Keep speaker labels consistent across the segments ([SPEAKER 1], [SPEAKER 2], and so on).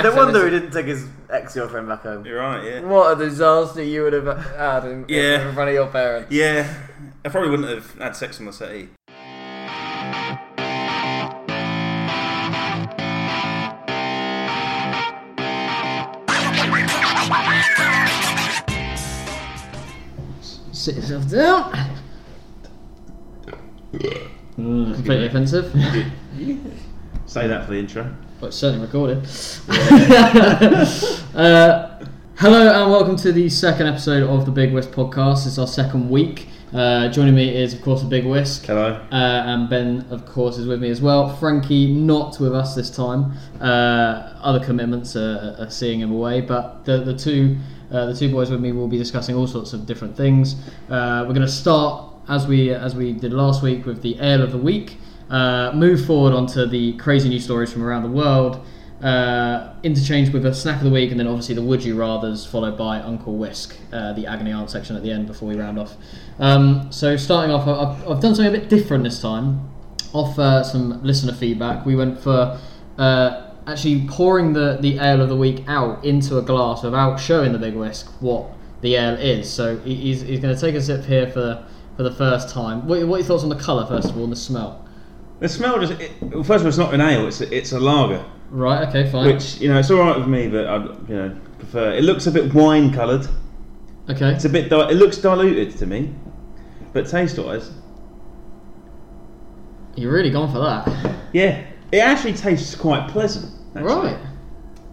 [SPEAKER 1] No wonder he didn't take his ex girlfriend back home.
[SPEAKER 2] You're right, yeah.
[SPEAKER 3] What a disaster you would have had in,
[SPEAKER 2] Yeah.
[SPEAKER 3] in front of your parents.
[SPEAKER 2] Yeah, I probably wouldn't have had sex on the city.
[SPEAKER 4] Sit yourself down. Mm, completely offensive.
[SPEAKER 2] Say that for the intro.
[SPEAKER 4] Well, it's certainly recorded. uh, hello and welcome to the second episode of the Big Whisk podcast. It's our second week. Uh, joining me is, of course, the Big Whisk.
[SPEAKER 2] Hello.
[SPEAKER 4] Uh, and Ben, of course, is with me as well. Frankie, not with us this time. Uh, other commitments are, are seeing him away, but the, the two uh, the two boys with me will be discussing all sorts of different things. Uh, we're going to start as we as we did last week with the ale of the week. Uh, move forward onto the crazy news stories from around the world. Uh, interchange with a snack of the week, and then obviously the would you rather's, followed by Uncle Whisk, uh, the agony aunt section at the end before we round off. Um, so starting off, I- I've, I've done something a bit different this time. Off uh, some listener feedback, we went for uh, actually pouring the, the ale of the week out into a glass without showing the big whisk what the ale is. So he- he's, he's going to take a sip here for for the first time. What, what are your thoughts on the colour first of all and the smell?
[SPEAKER 2] The smell just. It, well, first of all, it's not an ale. It's a, it's a lager,
[SPEAKER 4] Right. Okay. Fine.
[SPEAKER 2] which you know it's all right with me, but I would you know prefer. It looks a bit wine coloured.
[SPEAKER 4] okay.
[SPEAKER 2] It's a bit. Di- it looks diluted to me, but taste wise,
[SPEAKER 4] You're really gone for that.
[SPEAKER 2] yeah, it actually tastes quite pleasant. actually.
[SPEAKER 4] Right.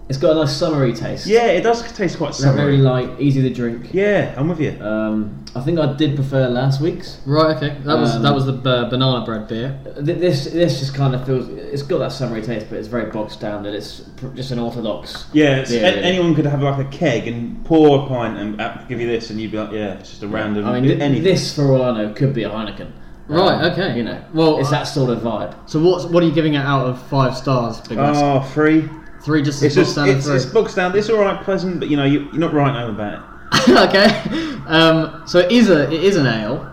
[SPEAKER 5] It's got a nice summery taste.
[SPEAKER 2] Yeah, it does taste quite
[SPEAKER 5] It's very
[SPEAKER 2] summery.
[SPEAKER 5] light, easy to drink.
[SPEAKER 2] Yeah, I'm with you.
[SPEAKER 5] Um, I think I did prefer last week's.
[SPEAKER 4] Right. Okay. That was
[SPEAKER 5] Um,
[SPEAKER 4] that was the uh, banana bread beer.
[SPEAKER 5] Th- This this just kind of feels. It's got that summery taste, but it's very bog standard. It's pr- just an orthodox.
[SPEAKER 2] Yeah, it's,
[SPEAKER 5] Yeah,
[SPEAKER 2] a-
[SPEAKER 5] yeah.
[SPEAKER 2] anyone could have like a keg and pour a pint and uh, give you this, and you'd be like, yeah, it's just a random.
[SPEAKER 5] I mean,
[SPEAKER 2] anything.
[SPEAKER 5] this for all I know could be a Heineken.
[SPEAKER 4] Right,
[SPEAKER 2] uh,
[SPEAKER 5] Um,
[SPEAKER 4] okay.
[SPEAKER 5] You know,
[SPEAKER 4] Well, uh,
[SPEAKER 5] well, it's
[SPEAKER 4] I-
[SPEAKER 5] that sort of vibe.
[SPEAKER 4] So what what are you giving it out of five stars? Big Wes?
[SPEAKER 2] Oh, free.
[SPEAKER 4] three just
[SPEAKER 2] It's
[SPEAKER 4] as
[SPEAKER 2] just
[SPEAKER 4] standard
[SPEAKER 2] it's,
[SPEAKER 4] three.
[SPEAKER 2] it's bog standard. It's all right, pleasant, but you know you, you're not right home about it.
[SPEAKER 4] okay. Um, so it is a it is an ale.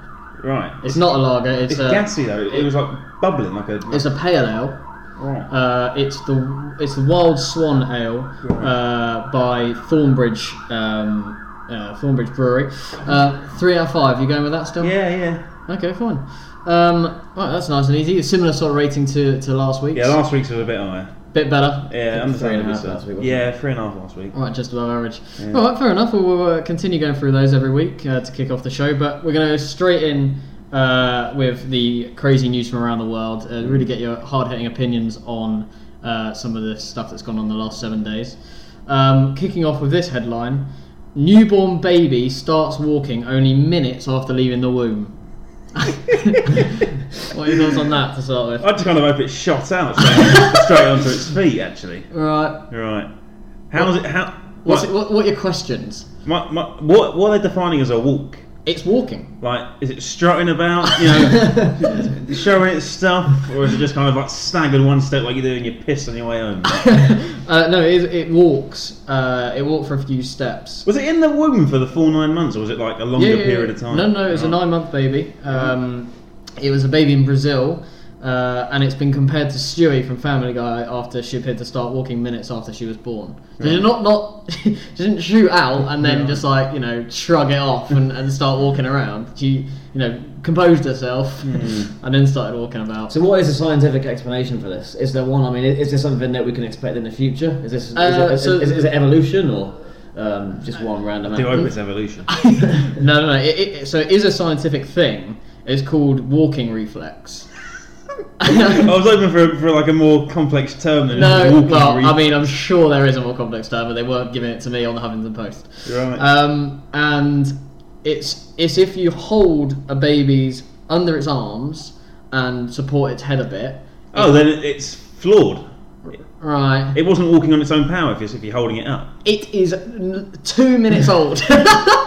[SPEAKER 2] Right.
[SPEAKER 4] It's not a lager. It's,
[SPEAKER 2] It's
[SPEAKER 4] a
[SPEAKER 2] gassy though. It, was like bubbling like a.
[SPEAKER 4] it's a pale ale.
[SPEAKER 2] right.
[SPEAKER 4] Uh, it's the it's the Wild Swan Ale uh, by Thornbridge um, uh, Thornbridge Brewery. Uh, three out of five. You going with that still?
[SPEAKER 2] yeah, yeah.
[SPEAKER 4] Okay, fine. Um, right, that's nice and easy. Similar sort of rating to, to last week's.
[SPEAKER 2] Yeah, last week's was a bit higher.
[SPEAKER 4] Bit better.
[SPEAKER 2] Yeah, I'm
[SPEAKER 5] Three and a half
[SPEAKER 2] so.
[SPEAKER 5] last week, wasn't
[SPEAKER 2] Yeah, three and a half last week.
[SPEAKER 4] All right, just above average. All right, fair enough. We'll, we'll uh, continue going through those every week uh, to kick off the show, but we're going to go straight in uh, with the crazy news from around the world. Uh, really get your hard-hitting opinions on uh, some of the stuff that's gone on the last seven days. Um, kicking off with this headline: Newborn baby starts walking only minutes after leaving the womb. what are your thoughts on that to start with?
[SPEAKER 2] I just kind of hope it shot out straight, straight onto its feet. Actually,
[SPEAKER 4] Right.
[SPEAKER 2] right. How's it? How?
[SPEAKER 4] What's
[SPEAKER 2] like,
[SPEAKER 4] it, what, what are your questions?
[SPEAKER 2] My, my, what? What are they defining as a walk?
[SPEAKER 4] It's walking. Uh,
[SPEAKER 2] Like, is it strutting about? You know, showing its stuff, or is it just kind of like staggered one step like you do and you piss on your way home?
[SPEAKER 4] Uh, no, it, is- it walks. Uh, it walked for a few steps.
[SPEAKER 2] Was it in the womb for the full nine months, or was it like a longer period of time? Oh.
[SPEAKER 4] No, no, it was a nine-month baby. Um, it was a baby in Brazil, uh, and it's been compared to Stewie from Family Guy after she appeared to start walking minutes after she was born. She did not not she didn't shoot out and then just like you know shrug it off and, and start walking around. She you know composed herself
[SPEAKER 2] Hmm.
[SPEAKER 4] and then started walking about.
[SPEAKER 5] So, what is the scientific explanation for this? Is there one? I mean, i- is this something that we can expect in the future? Is this is,
[SPEAKER 4] Uh,
[SPEAKER 5] it, is,
[SPEAKER 4] so-
[SPEAKER 5] is, is it evolution or um, just one random?
[SPEAKER 2] Do
[SPEAKER 5] act?
[SPEAKER 2] hope it's evolution.
[SPEAKER 4] No, no, no. It, it, so it is a scientific thing. It's called walking reflex.
[SPEAKER 2] I was hoping for, for like a more complex term than just
[SPEAKER 4] No,
[SPEAKER 2] walking
[SPEAKER 4] well,
[SPEAKER 2] re-
[SPEAKER 4] I mean, I'm sure there is a more complex term, but they weren't giving it to me on the Huffington Post.
[SPEAKER 2] Right.
[SPEAKER 4] Um, and it's it's if you hold a baby's under its arms and support its head a bit.
[SPEAKER 2] oh, then it- it's flawed.
[SPEAKER 4] Right.
[SPEAKER 2] It wasn't walking on its own power if you're, if you're holding it up.
[SPEAKER 4] It is n- two minutes old.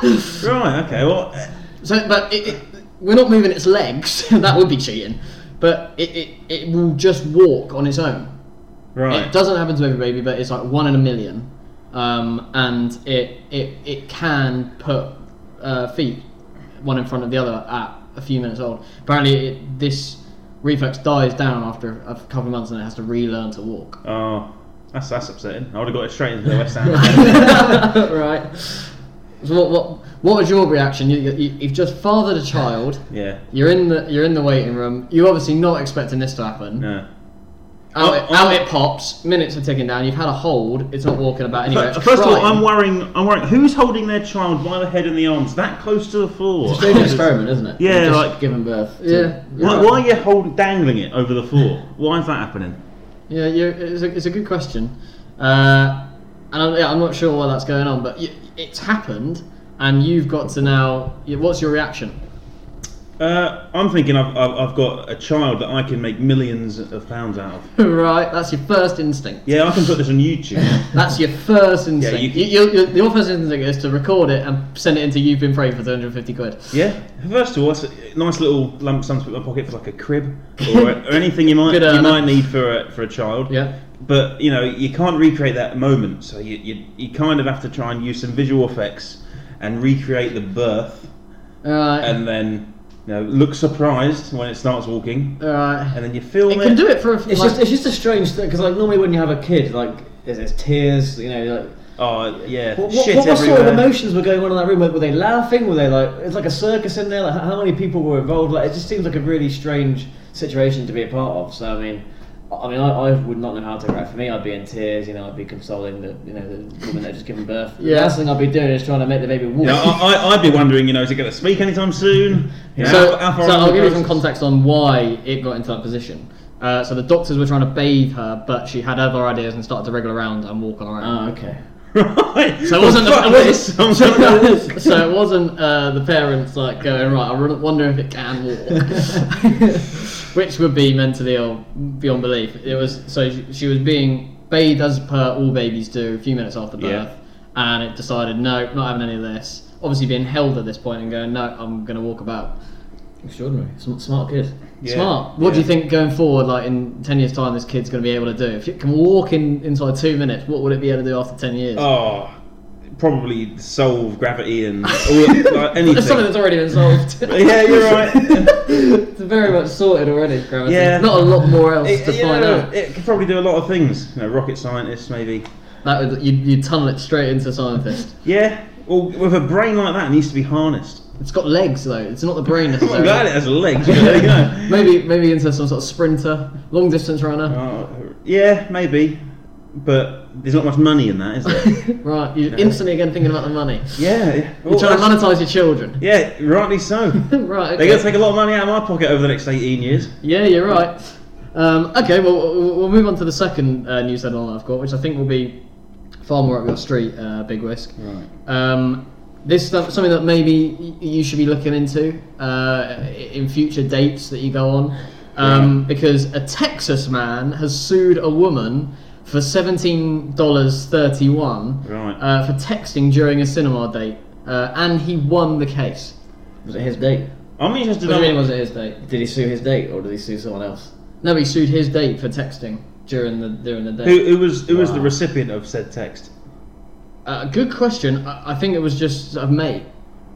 [SPEAKER 2] Right. Okay. Well, eh,
[SPEAKER 4] so, but it, it, we're not moving its legs. that would be cheating. But it, it, it will just walk on its own.
[SPEAKER 2] right.
[SPEAKER 4] It doesn't happen to every baby, but it's like one in a million, um, and it it it can put uh, feet one in front of the other at a few minutes old. Apparently, it, this reflex dies down after a couple of months, and it has to relearn to walk.
[SPEAKER 2] Oh, that's that's upsetting. I would have got it straight into the West Ham.
[SPEAKER 4] right. So what what what was your reaction? You, you, you've just fathered a child.
[SPEAKER 2] yeah.
[SPEAKER 4] You're in the you're in the waiting room. You're obviously not expecting this to happen.
[SPEAKER 2] No. Oh,
[SPEAKER 4] Out, it,
[SPEAKER 2] I-
[SPEAKER 4] out it pops. Minutes are ticking down. You've had a hold. It's not walking about anywhere.
[SPEAKER 2] But
[SPEAKER 4] it's
[SPEAKER 2] first of all,
[SPEAKER 4] crying.
[SPEAKER 2] I'm worrying. I'm worrying. Who's holding their child by the head and the arms that close to the floor?
[SPEAKER 5] It's an experiment, isn't it?
[SPEAKER 2] Yeah,
[SPEAKER 5] You've just
[SPEAKER 2] like-
[SPEAKER 5] given birth. to-
[SPEAKER 4] Yeah.
[SPEAKER 2] Why, why are you hold, dangling it over the floor? Why is that happening?
[SPEAKER 4] Yeah, you it's, a, it's a good question, uh, and I'm, yeah, I'm not sure why that's going on, but y it's happened, and you've got to now. y- What's your reaction?
[SPEAKER 2] Uh, I'm thinking I've, I've, I've got a child that I can make millions of pounds out of.
[SPEAKER 4] right, that's your first instinct.
[SPEAKER 2] Yeah, I can put this on YouTube.
[SPEAKER 4] That's your first instinct.
[SPEAKER 2] you-
[SPEAKER 4] you, you, you, your first instinct is to record it and send it into You've Been Framed for 250 quid.
[SPEAKER 2] yeah. First of all, that's a nice little lump sum to put in my pocket for like a crib or, or anything you might
[SPEAKER 4] Good
[SPEAKER 2] you
[SPEAKER 4] earner.
[SPEAKER 2] might need for a, for a child.
[SPEAKER 4] Yeah.
[SPEAKER 2] but you know you can't recreate that moment so you, you, you kind of have to try and use some visual effects and recreate the birth
[SPEAKER 4] Alright.
[SPEAKER 2] and then you know look surprised when it starts walking
[SPEAKER 4] Alright.
[SPEAKER 2] and then you film
[SPEAKER 4] Uh, It can do it for a.
[SPEAKER 5] It's
[SPEAKER 4] like-
[SPEAKER 5] just it's just a strange thing because like normally when you have a kid, like there's, there's tears, you know, like.
[SPEAKER 2] oh yeah
[SPEAKER 5] What, what,
[SPEAKER 2] shit
[SPEAKER 5] what, sort of
[SPEAKER 2] everywhere.
[SPEAKER 5] emotions were going on in that room? Like, were they laughing? Were they like it's like a circus in there? Like, how- how many people were involved? Like, it just seems like a really strange situation to be a part of. So, I mean, I I mean, I, I would not know how to react. For me, I'd be in tears. You know, I'd be consoling the you know the woman that just given birth.
[SPEAKER 4] Yeah.
[SPEAKER 5] the last thing I'd be doing is trying to make the baby walk.
[SPEAKER 2] You know, I, I, I'd be wondering you know is it going to speak anytime soon You know,
[SPEAKER 4] So,
[SPEAKER 2] how- how far
[SPEAKER 4] so
[SPEAKER 2] along
[SPEAKER 4] I'll
[SPEAKER 2] the
[SPEAKER 4] give you some
[SPEAKER 2] process-
[SPEAKER 4] context on why it got into that position. Uh, so the doctors were trying to bathe her, but she had other ideas and started to wriggle around and walk on her own.
[SPEAKER 2] Ah,
[SPEAKER 5] oh, okay.
[SPEAKER 2] right
[SPEAKER 4] So it wasn't,
[SPEAKER 2] Well, fuck
[SPEAKER 4] the,
[SPEAKER 2] this. I'm
[SPEAKER 4] so,
[SPEAKER 2] gonna walk.
[SPEAKER 4] so it wasn't uh, the parents like going right. I wonder if it can walk, which would be mentally ill beyond belief. It was so she, she was being bathed as per all babies do a few minutes after birth,
[SPEAKER 2] Yeah.
[SPEAKER 4] and it decided no, not having any of this. Obviously being held at this point and going no, I'm going to walk about.
[SPEAKER 5] Extraordinary. Some smart kid.
[SPEAKER 2] Yeah.
[SPEAKER 4] Smart. What do you think going forward, like in ten years' time, this kid's going to be able to do? If it can walk in inside two minutes, what would it be able to do after ten years?
[SPEAKER 2] oh probably solve gravity and all, like, anything
[SPEAKER 4] That's something that's already been solved.
[SPEAKER 2] yeah you're right
[SPEAKER 4] it's very much sorted already, gravity.
[SPEAKER 2] Yeah.
[SPEAKER 4] Not a lot more else
[SPEAKER 2] It,
[SPEAKER 4] to
[SPEAKER 2] you
[SPEAKER 4] find
[SPEAKER 2] know,
[SPEAKER 4] out.
[SPEAKER 2] it could probably do a lot of things. You know, rocket scientists, maybe.
[SPEAKER 4] That would, you'd, you'd tunnel it straight into scientist.
[SPEAKER 2] Yeah. Well, with a brain like that, it needs to be harnessed.
[SPEAKER 4] It's got legs though. It's not the brain
[SPEAKER 2] I'm glad it
[SPEAKER 4] necessarily.
[SPEAKER 2] has legs. But there you go.
[SPEAKER 4] maybe maybe into some sort of sprinter, long distance runner.
[SPEAKER 2] Uh, yeah, maybe. But there's not much money in that, is there?
[SPEAKER 4] Right. You're instantly again thinking about the money.
[SPEAKER 2] yeah.
[SPEAKER 4] You're
[SPEAKER 2] Well,
[SPEAKER 4] trying to
[SPEAKER 2] that's-
[SPEAKER 4] monetize your children.
[SPEAKER 2] yeah, rightly so.
[SPEAKER 4] right.
[SPEAKER 2] They're
[SPEAKER 4] okay.
[SPEAKER 2] going to take a lot of money out of my pocket over the next 18 years.
[SPEAKER 4] Yeah, you're right. Um, okay, well, we'll we'll move on to the second uh, news headline I've got, which I think will be far more up your street, uh, Big Whisk. Right. Um, this is stuff- something that maybe y- you should be looking into uh, in future dates that you go on, um, because a Texas man has sued a woman for seventeen dollars thirty-one
[SPEAKER 2] Right.
[SPEAKER 4] uh, for texting during a cinema date, uh, and he won the case.
[SPEAKER 5] Was it his date?
[SPEAKER 2] I'm interested
[SPEAKER 4] What do you mean
[SPEAKER 2] in.
[SPEAKER 4] was it his date?
[SPEAKER 5] Did he sue his date or did he sue someone else?
[SPEAKER 4] No, he sued his date for texting during the during the day.
[SPEAKER 2] Who, who was who was the recipient of said text?
[SPEAKER 4] Uh, good question. I, I think it was just a mate.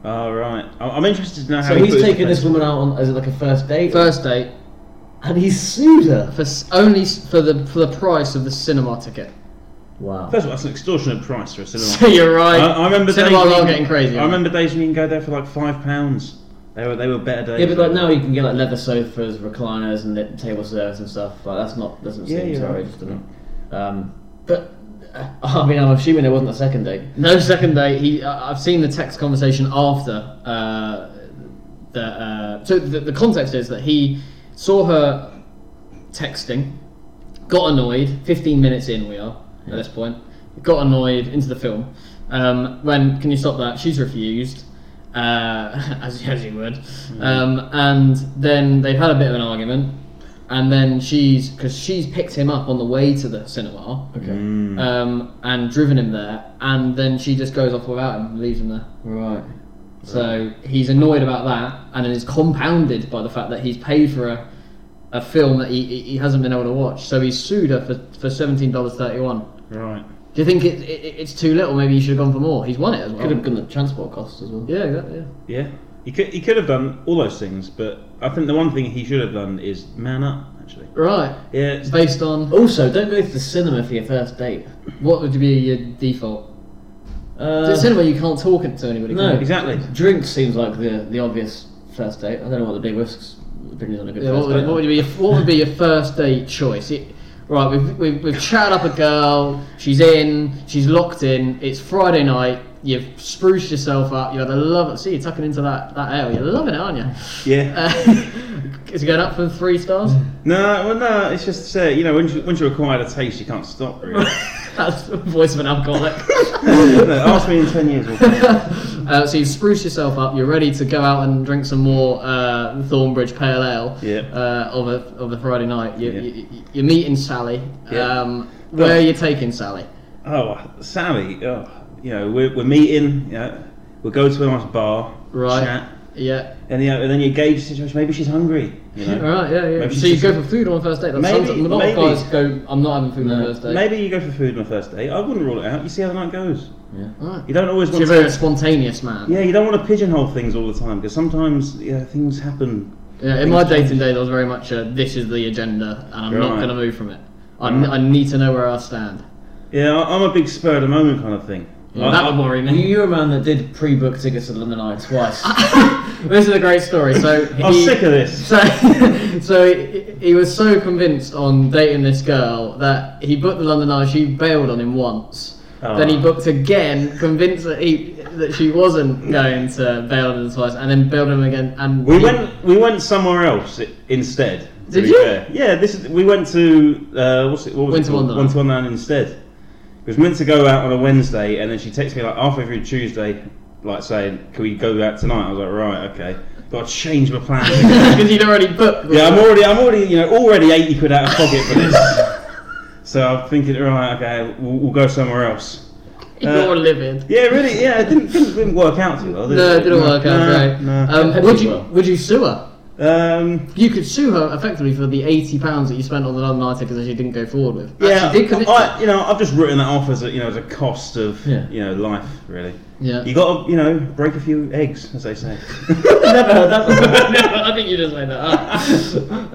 [SPEAKER 2] Oh, right. I- I'm interested to know how
[SPEAKER 5] So
[SPEAKER 2] he
[SPEAKER 5] he's
[SPEAKER 2] put his
[SPEAKER 5] taken this
[SPEAKER 2] defense.
[SPEAKER 5] woman out on as like a first date,
[SPEAKER 4] First date
[SPEAKER 5] and he sued her.
[SPEAKER 4] for s- only s- for the for the price of the cinema ticket.
[SPEAKER 5] Wow.
[SPEAKER 2] First of all, that's an extortionate price for a cinema.
[SPEAKER 4] So you're right.
[SPEAKER 2] I, I remember
[SPEAKER 4] cinema
[SPEAKER 2] days
[SPEAKER 4] are
[SPEAKER 2] when-
[SPEAKER 4] getting crazy.
[SPEAKER 2] I remember days when you can go there for like five pounds. They were, they were better days.
[SPEAKER 5] Yeah, but like now you can get like leather sofas, recliners, and lit- table service and stuff. Like that's not doesn't
[SPEAKER 2] Yeah,
[SPEAKER 5] seem
[SPEAKER 2] you're
[SPEAKER 5] so
[SPEAKER 2] right.
[SPEAKER 5] outrageous to me. Um, but uh, I mean, I'm assuming there wasn't a second date.
[SPEAKER 4] No second date. He, I- I've seen the text conversation after. Uh, the, uh, so the, the context is that he saw her texting, got annoyed. Fifteen minutes in, we are at this point. Got annoyed into the film. Um, when can you stop that? She's refused, uh, as as you would. Um, and then they've had a bit of an argument. And then she's because she's picked him up on the way to the cinema
[SPEAKER 5] Okay.
[SPEAKER 4] um, and driven him there, and then she just goes off without him, and leaves him there.
[SPEAKER 5] Right.
[SPEAKER 4] So he's annoyed about that, and then it's compounded by the fact that he's paid for a, a film that he, he- he hasn't been able to watch. So he's sued her for, for seventeen dollars thirty one.
[SPEAKER 2] Right.
[SPEAKER 4] Do you think it, it, it's too little? Maybe he should have gone for more. He's won it as well.
[SPEAKER 5] Could have gone the transport costs as well.
[SPEAKER 4] Yeah, exactly. Yeah.
[SPEAKER 2] Yeah. He could, he could have done all those things, but I think the one thing he should have done is man up, actually.
[SPEAKER 4] Right.
[SPEAKER 2] Yeah, it's
[SPEAKER 4] It's based on
[SPEAKER 5] Also, don't go to the cinema for your first date.
[SPEAKER 4] what would be your default?
[SPEAKER 5] Uh,
[SPEAKER 4] The cinema, you can't talk to anybody.
[SPEAKER 5] no.
[SPEAKER 4] can you?
[SPEAKER 2] exactly.
[SPEAKER 5] Drink seems like the the obvious first date. I don't know what the big risks opinions on a good
[SPEAKER 4] Yeah,
[SPEAKER 5] first
[SPEAKER 4] what, would,
[SPEAKER 5] date.
[SPEAKER 4] what, would be your, what would be your first date choice? It- right, we've, we've, we've chatted up a girl, she's in, she's locked in, it's Friday night, you've spruced yourself up, you had a love See, you're tucking into that, that ale, you're loving it, aren't you?
[SPEAKER 2] Yeah.
[SPEAKER 4] Uh, is it going up from three stars?
[SPEAKER 2] No, well, no, it's just to say, you know, once you, once you acquire a taste, you can't stop, really.
[SPEAKER 4] That's the voice of an alcoholic.
[SPEAKER 2] No, ask me in 10 years. We'll
[SPEAKER 4] Uh, so you've spruced yourself up, you're ready to go out and drink some more uh, Thornbridge Pale Ale
[SPEAKER 2] Yeah.
[SPEAKER 4] uh, of, a, of a Friday night. You,
[SPEAKER 2] Yeah.
[SPEAKER 4] you, you're meeting Sally.
[SPEAKER 2] Yeah.
[SPEAKER 4] Um, where are you taking Sally?
[SPEAKER 2] oh, Sally, oh, you know, we're, we're meeting, you know, we'll go to a nice bar,
[SPEAKER 4] Right.
[SPEAKER 2] chat,
[SPEAKER 4] Yeah.
[SPEAKER 2] and, you know, and then you gauge the situation. Maybe she's hungry, you know.
[SPEAKER 4] Alright, yeah, yeah.
[SPEAKER 2] Maybe
[SPEAKER 4] so you
[SPEAKER 2] she's-
[SPEAKER 4] go for food on the first date. That
[SPEAKER 2] Maybe-
[SPEAKER 4] sounds, a lot
[SPEAKER 2] maybe.
[SPEAKER 4] of guys go, I'm not having food on the first date.
[SPEAKER 2] Maybe you go for food on the first date. I wouldn't rule it out. You see how the night goes.
[SPEAKER 4] Alright.
[SPEAKER 2] You don't always
[SPEAKER 4] So
[SPEAKER 2] want
[SPEAKER 4] You're a very
[SPEAKER 2] to.
[SPEAKER 4] spontaneous man.
[SPEAKER 2] Yeah, you don't want to pigeonhole things all the time because sometimes yeah, things happen.
[SPEAKER 4] Yeah, in my dating days, I was very much a, this is the agenda and I'm not
[SPEAKER 2] Right.
[SPEAKER 4] going to move from it. I'm, I need to know where I stand.
[SPEAKER 2] Yeah, I- I'm a big spur of the moment kind of thing. I-
[SPEAKER 4] that
[SPEAKER 2] I-
[SPEAKER 4] would worry
[SPEAKER 5] You-
[SPEAKER 4] me.
[SPEAKER 5] You're a man that did pre-book tickets to London Eye twice.
[SPEAKER 4] this is a great story. So he,
[SPEAKER 2] I'm sick of this.
[SPEAKER 4] So, so he, he was so convinced on dating this girl that he booked the London Eye. She bailed on him once.
[SPEAKER 2] Oh.
[SPEAKER 4] Then he booked again, convinced that he that she wasn't going to bail on him twice, and then bailed on him again. And
[SPEAKER 2] We
[SPEAKER 4] he-
[SPEAKER 2] went we went somewhere else i- instead. to
[SPEAKER 4] Did
[SPEAKER 2] be
[SPEAKER 4] you?
[SPEAKER 2] fair. Yeah, this is, we went to uh, what's it? What was it
[SPEAKER 4] Winter
[SPEAKER 2] called?
[SPEAKER 4] Wonderland.
[SPEAKER 2] Winter Wonderland instead. It was meant to go out on a Wednesday, and then she texted me like halfway through Tuesday, like saying, "Can we go out tonight?" I was like, "Right, okay." But I changed my plans. again.
[SPEAKER 4] because you'd already booked.
[SPEAKER 2] yeah, I'm already I'm already you know already eighty quid out of pocket for this. so I'm thinking, right, okay, we'll, we'll go somewhere else.
[SPEAKER 4] You're
[SPEAKER 2] uh,
[SPEAKER 4] livid.
[SPEAKER 2] Yeah, really. Yeah, it didn't didn't, didn't work out too well. Did
[SPEAKER 4] No,
[SPEAKER 2] it?
[SPEAKER 4] it didn't work out
[SPEAKER 2] No,
[SPEAKER 4] great.
[SPEAKER 2] no.
[SPEAKER 4] Um, would you would you sue her?
[SPEAKER 2] um,
[SPEAKER 4] You could sue her effectively for the eighty pounds that you spent on the London Eye because she didn't go forward with. But
[SPEAKER 2] Yeah,
[SPEAKER 4] she did commit.
[SPEAKER 2] I, you know, I've just written that off as a, you know, as a cost of,
[SPEAKER 5] Yeah.
[SPEAKER 2] you know, life, really.
[SPEAKER 4] yeah.
[SPEAKER 2] You got to, you know, break a few eggs, as they say.
[SPEAKER 5] Never heard that before.
[SPEAKER 4] I think you just made that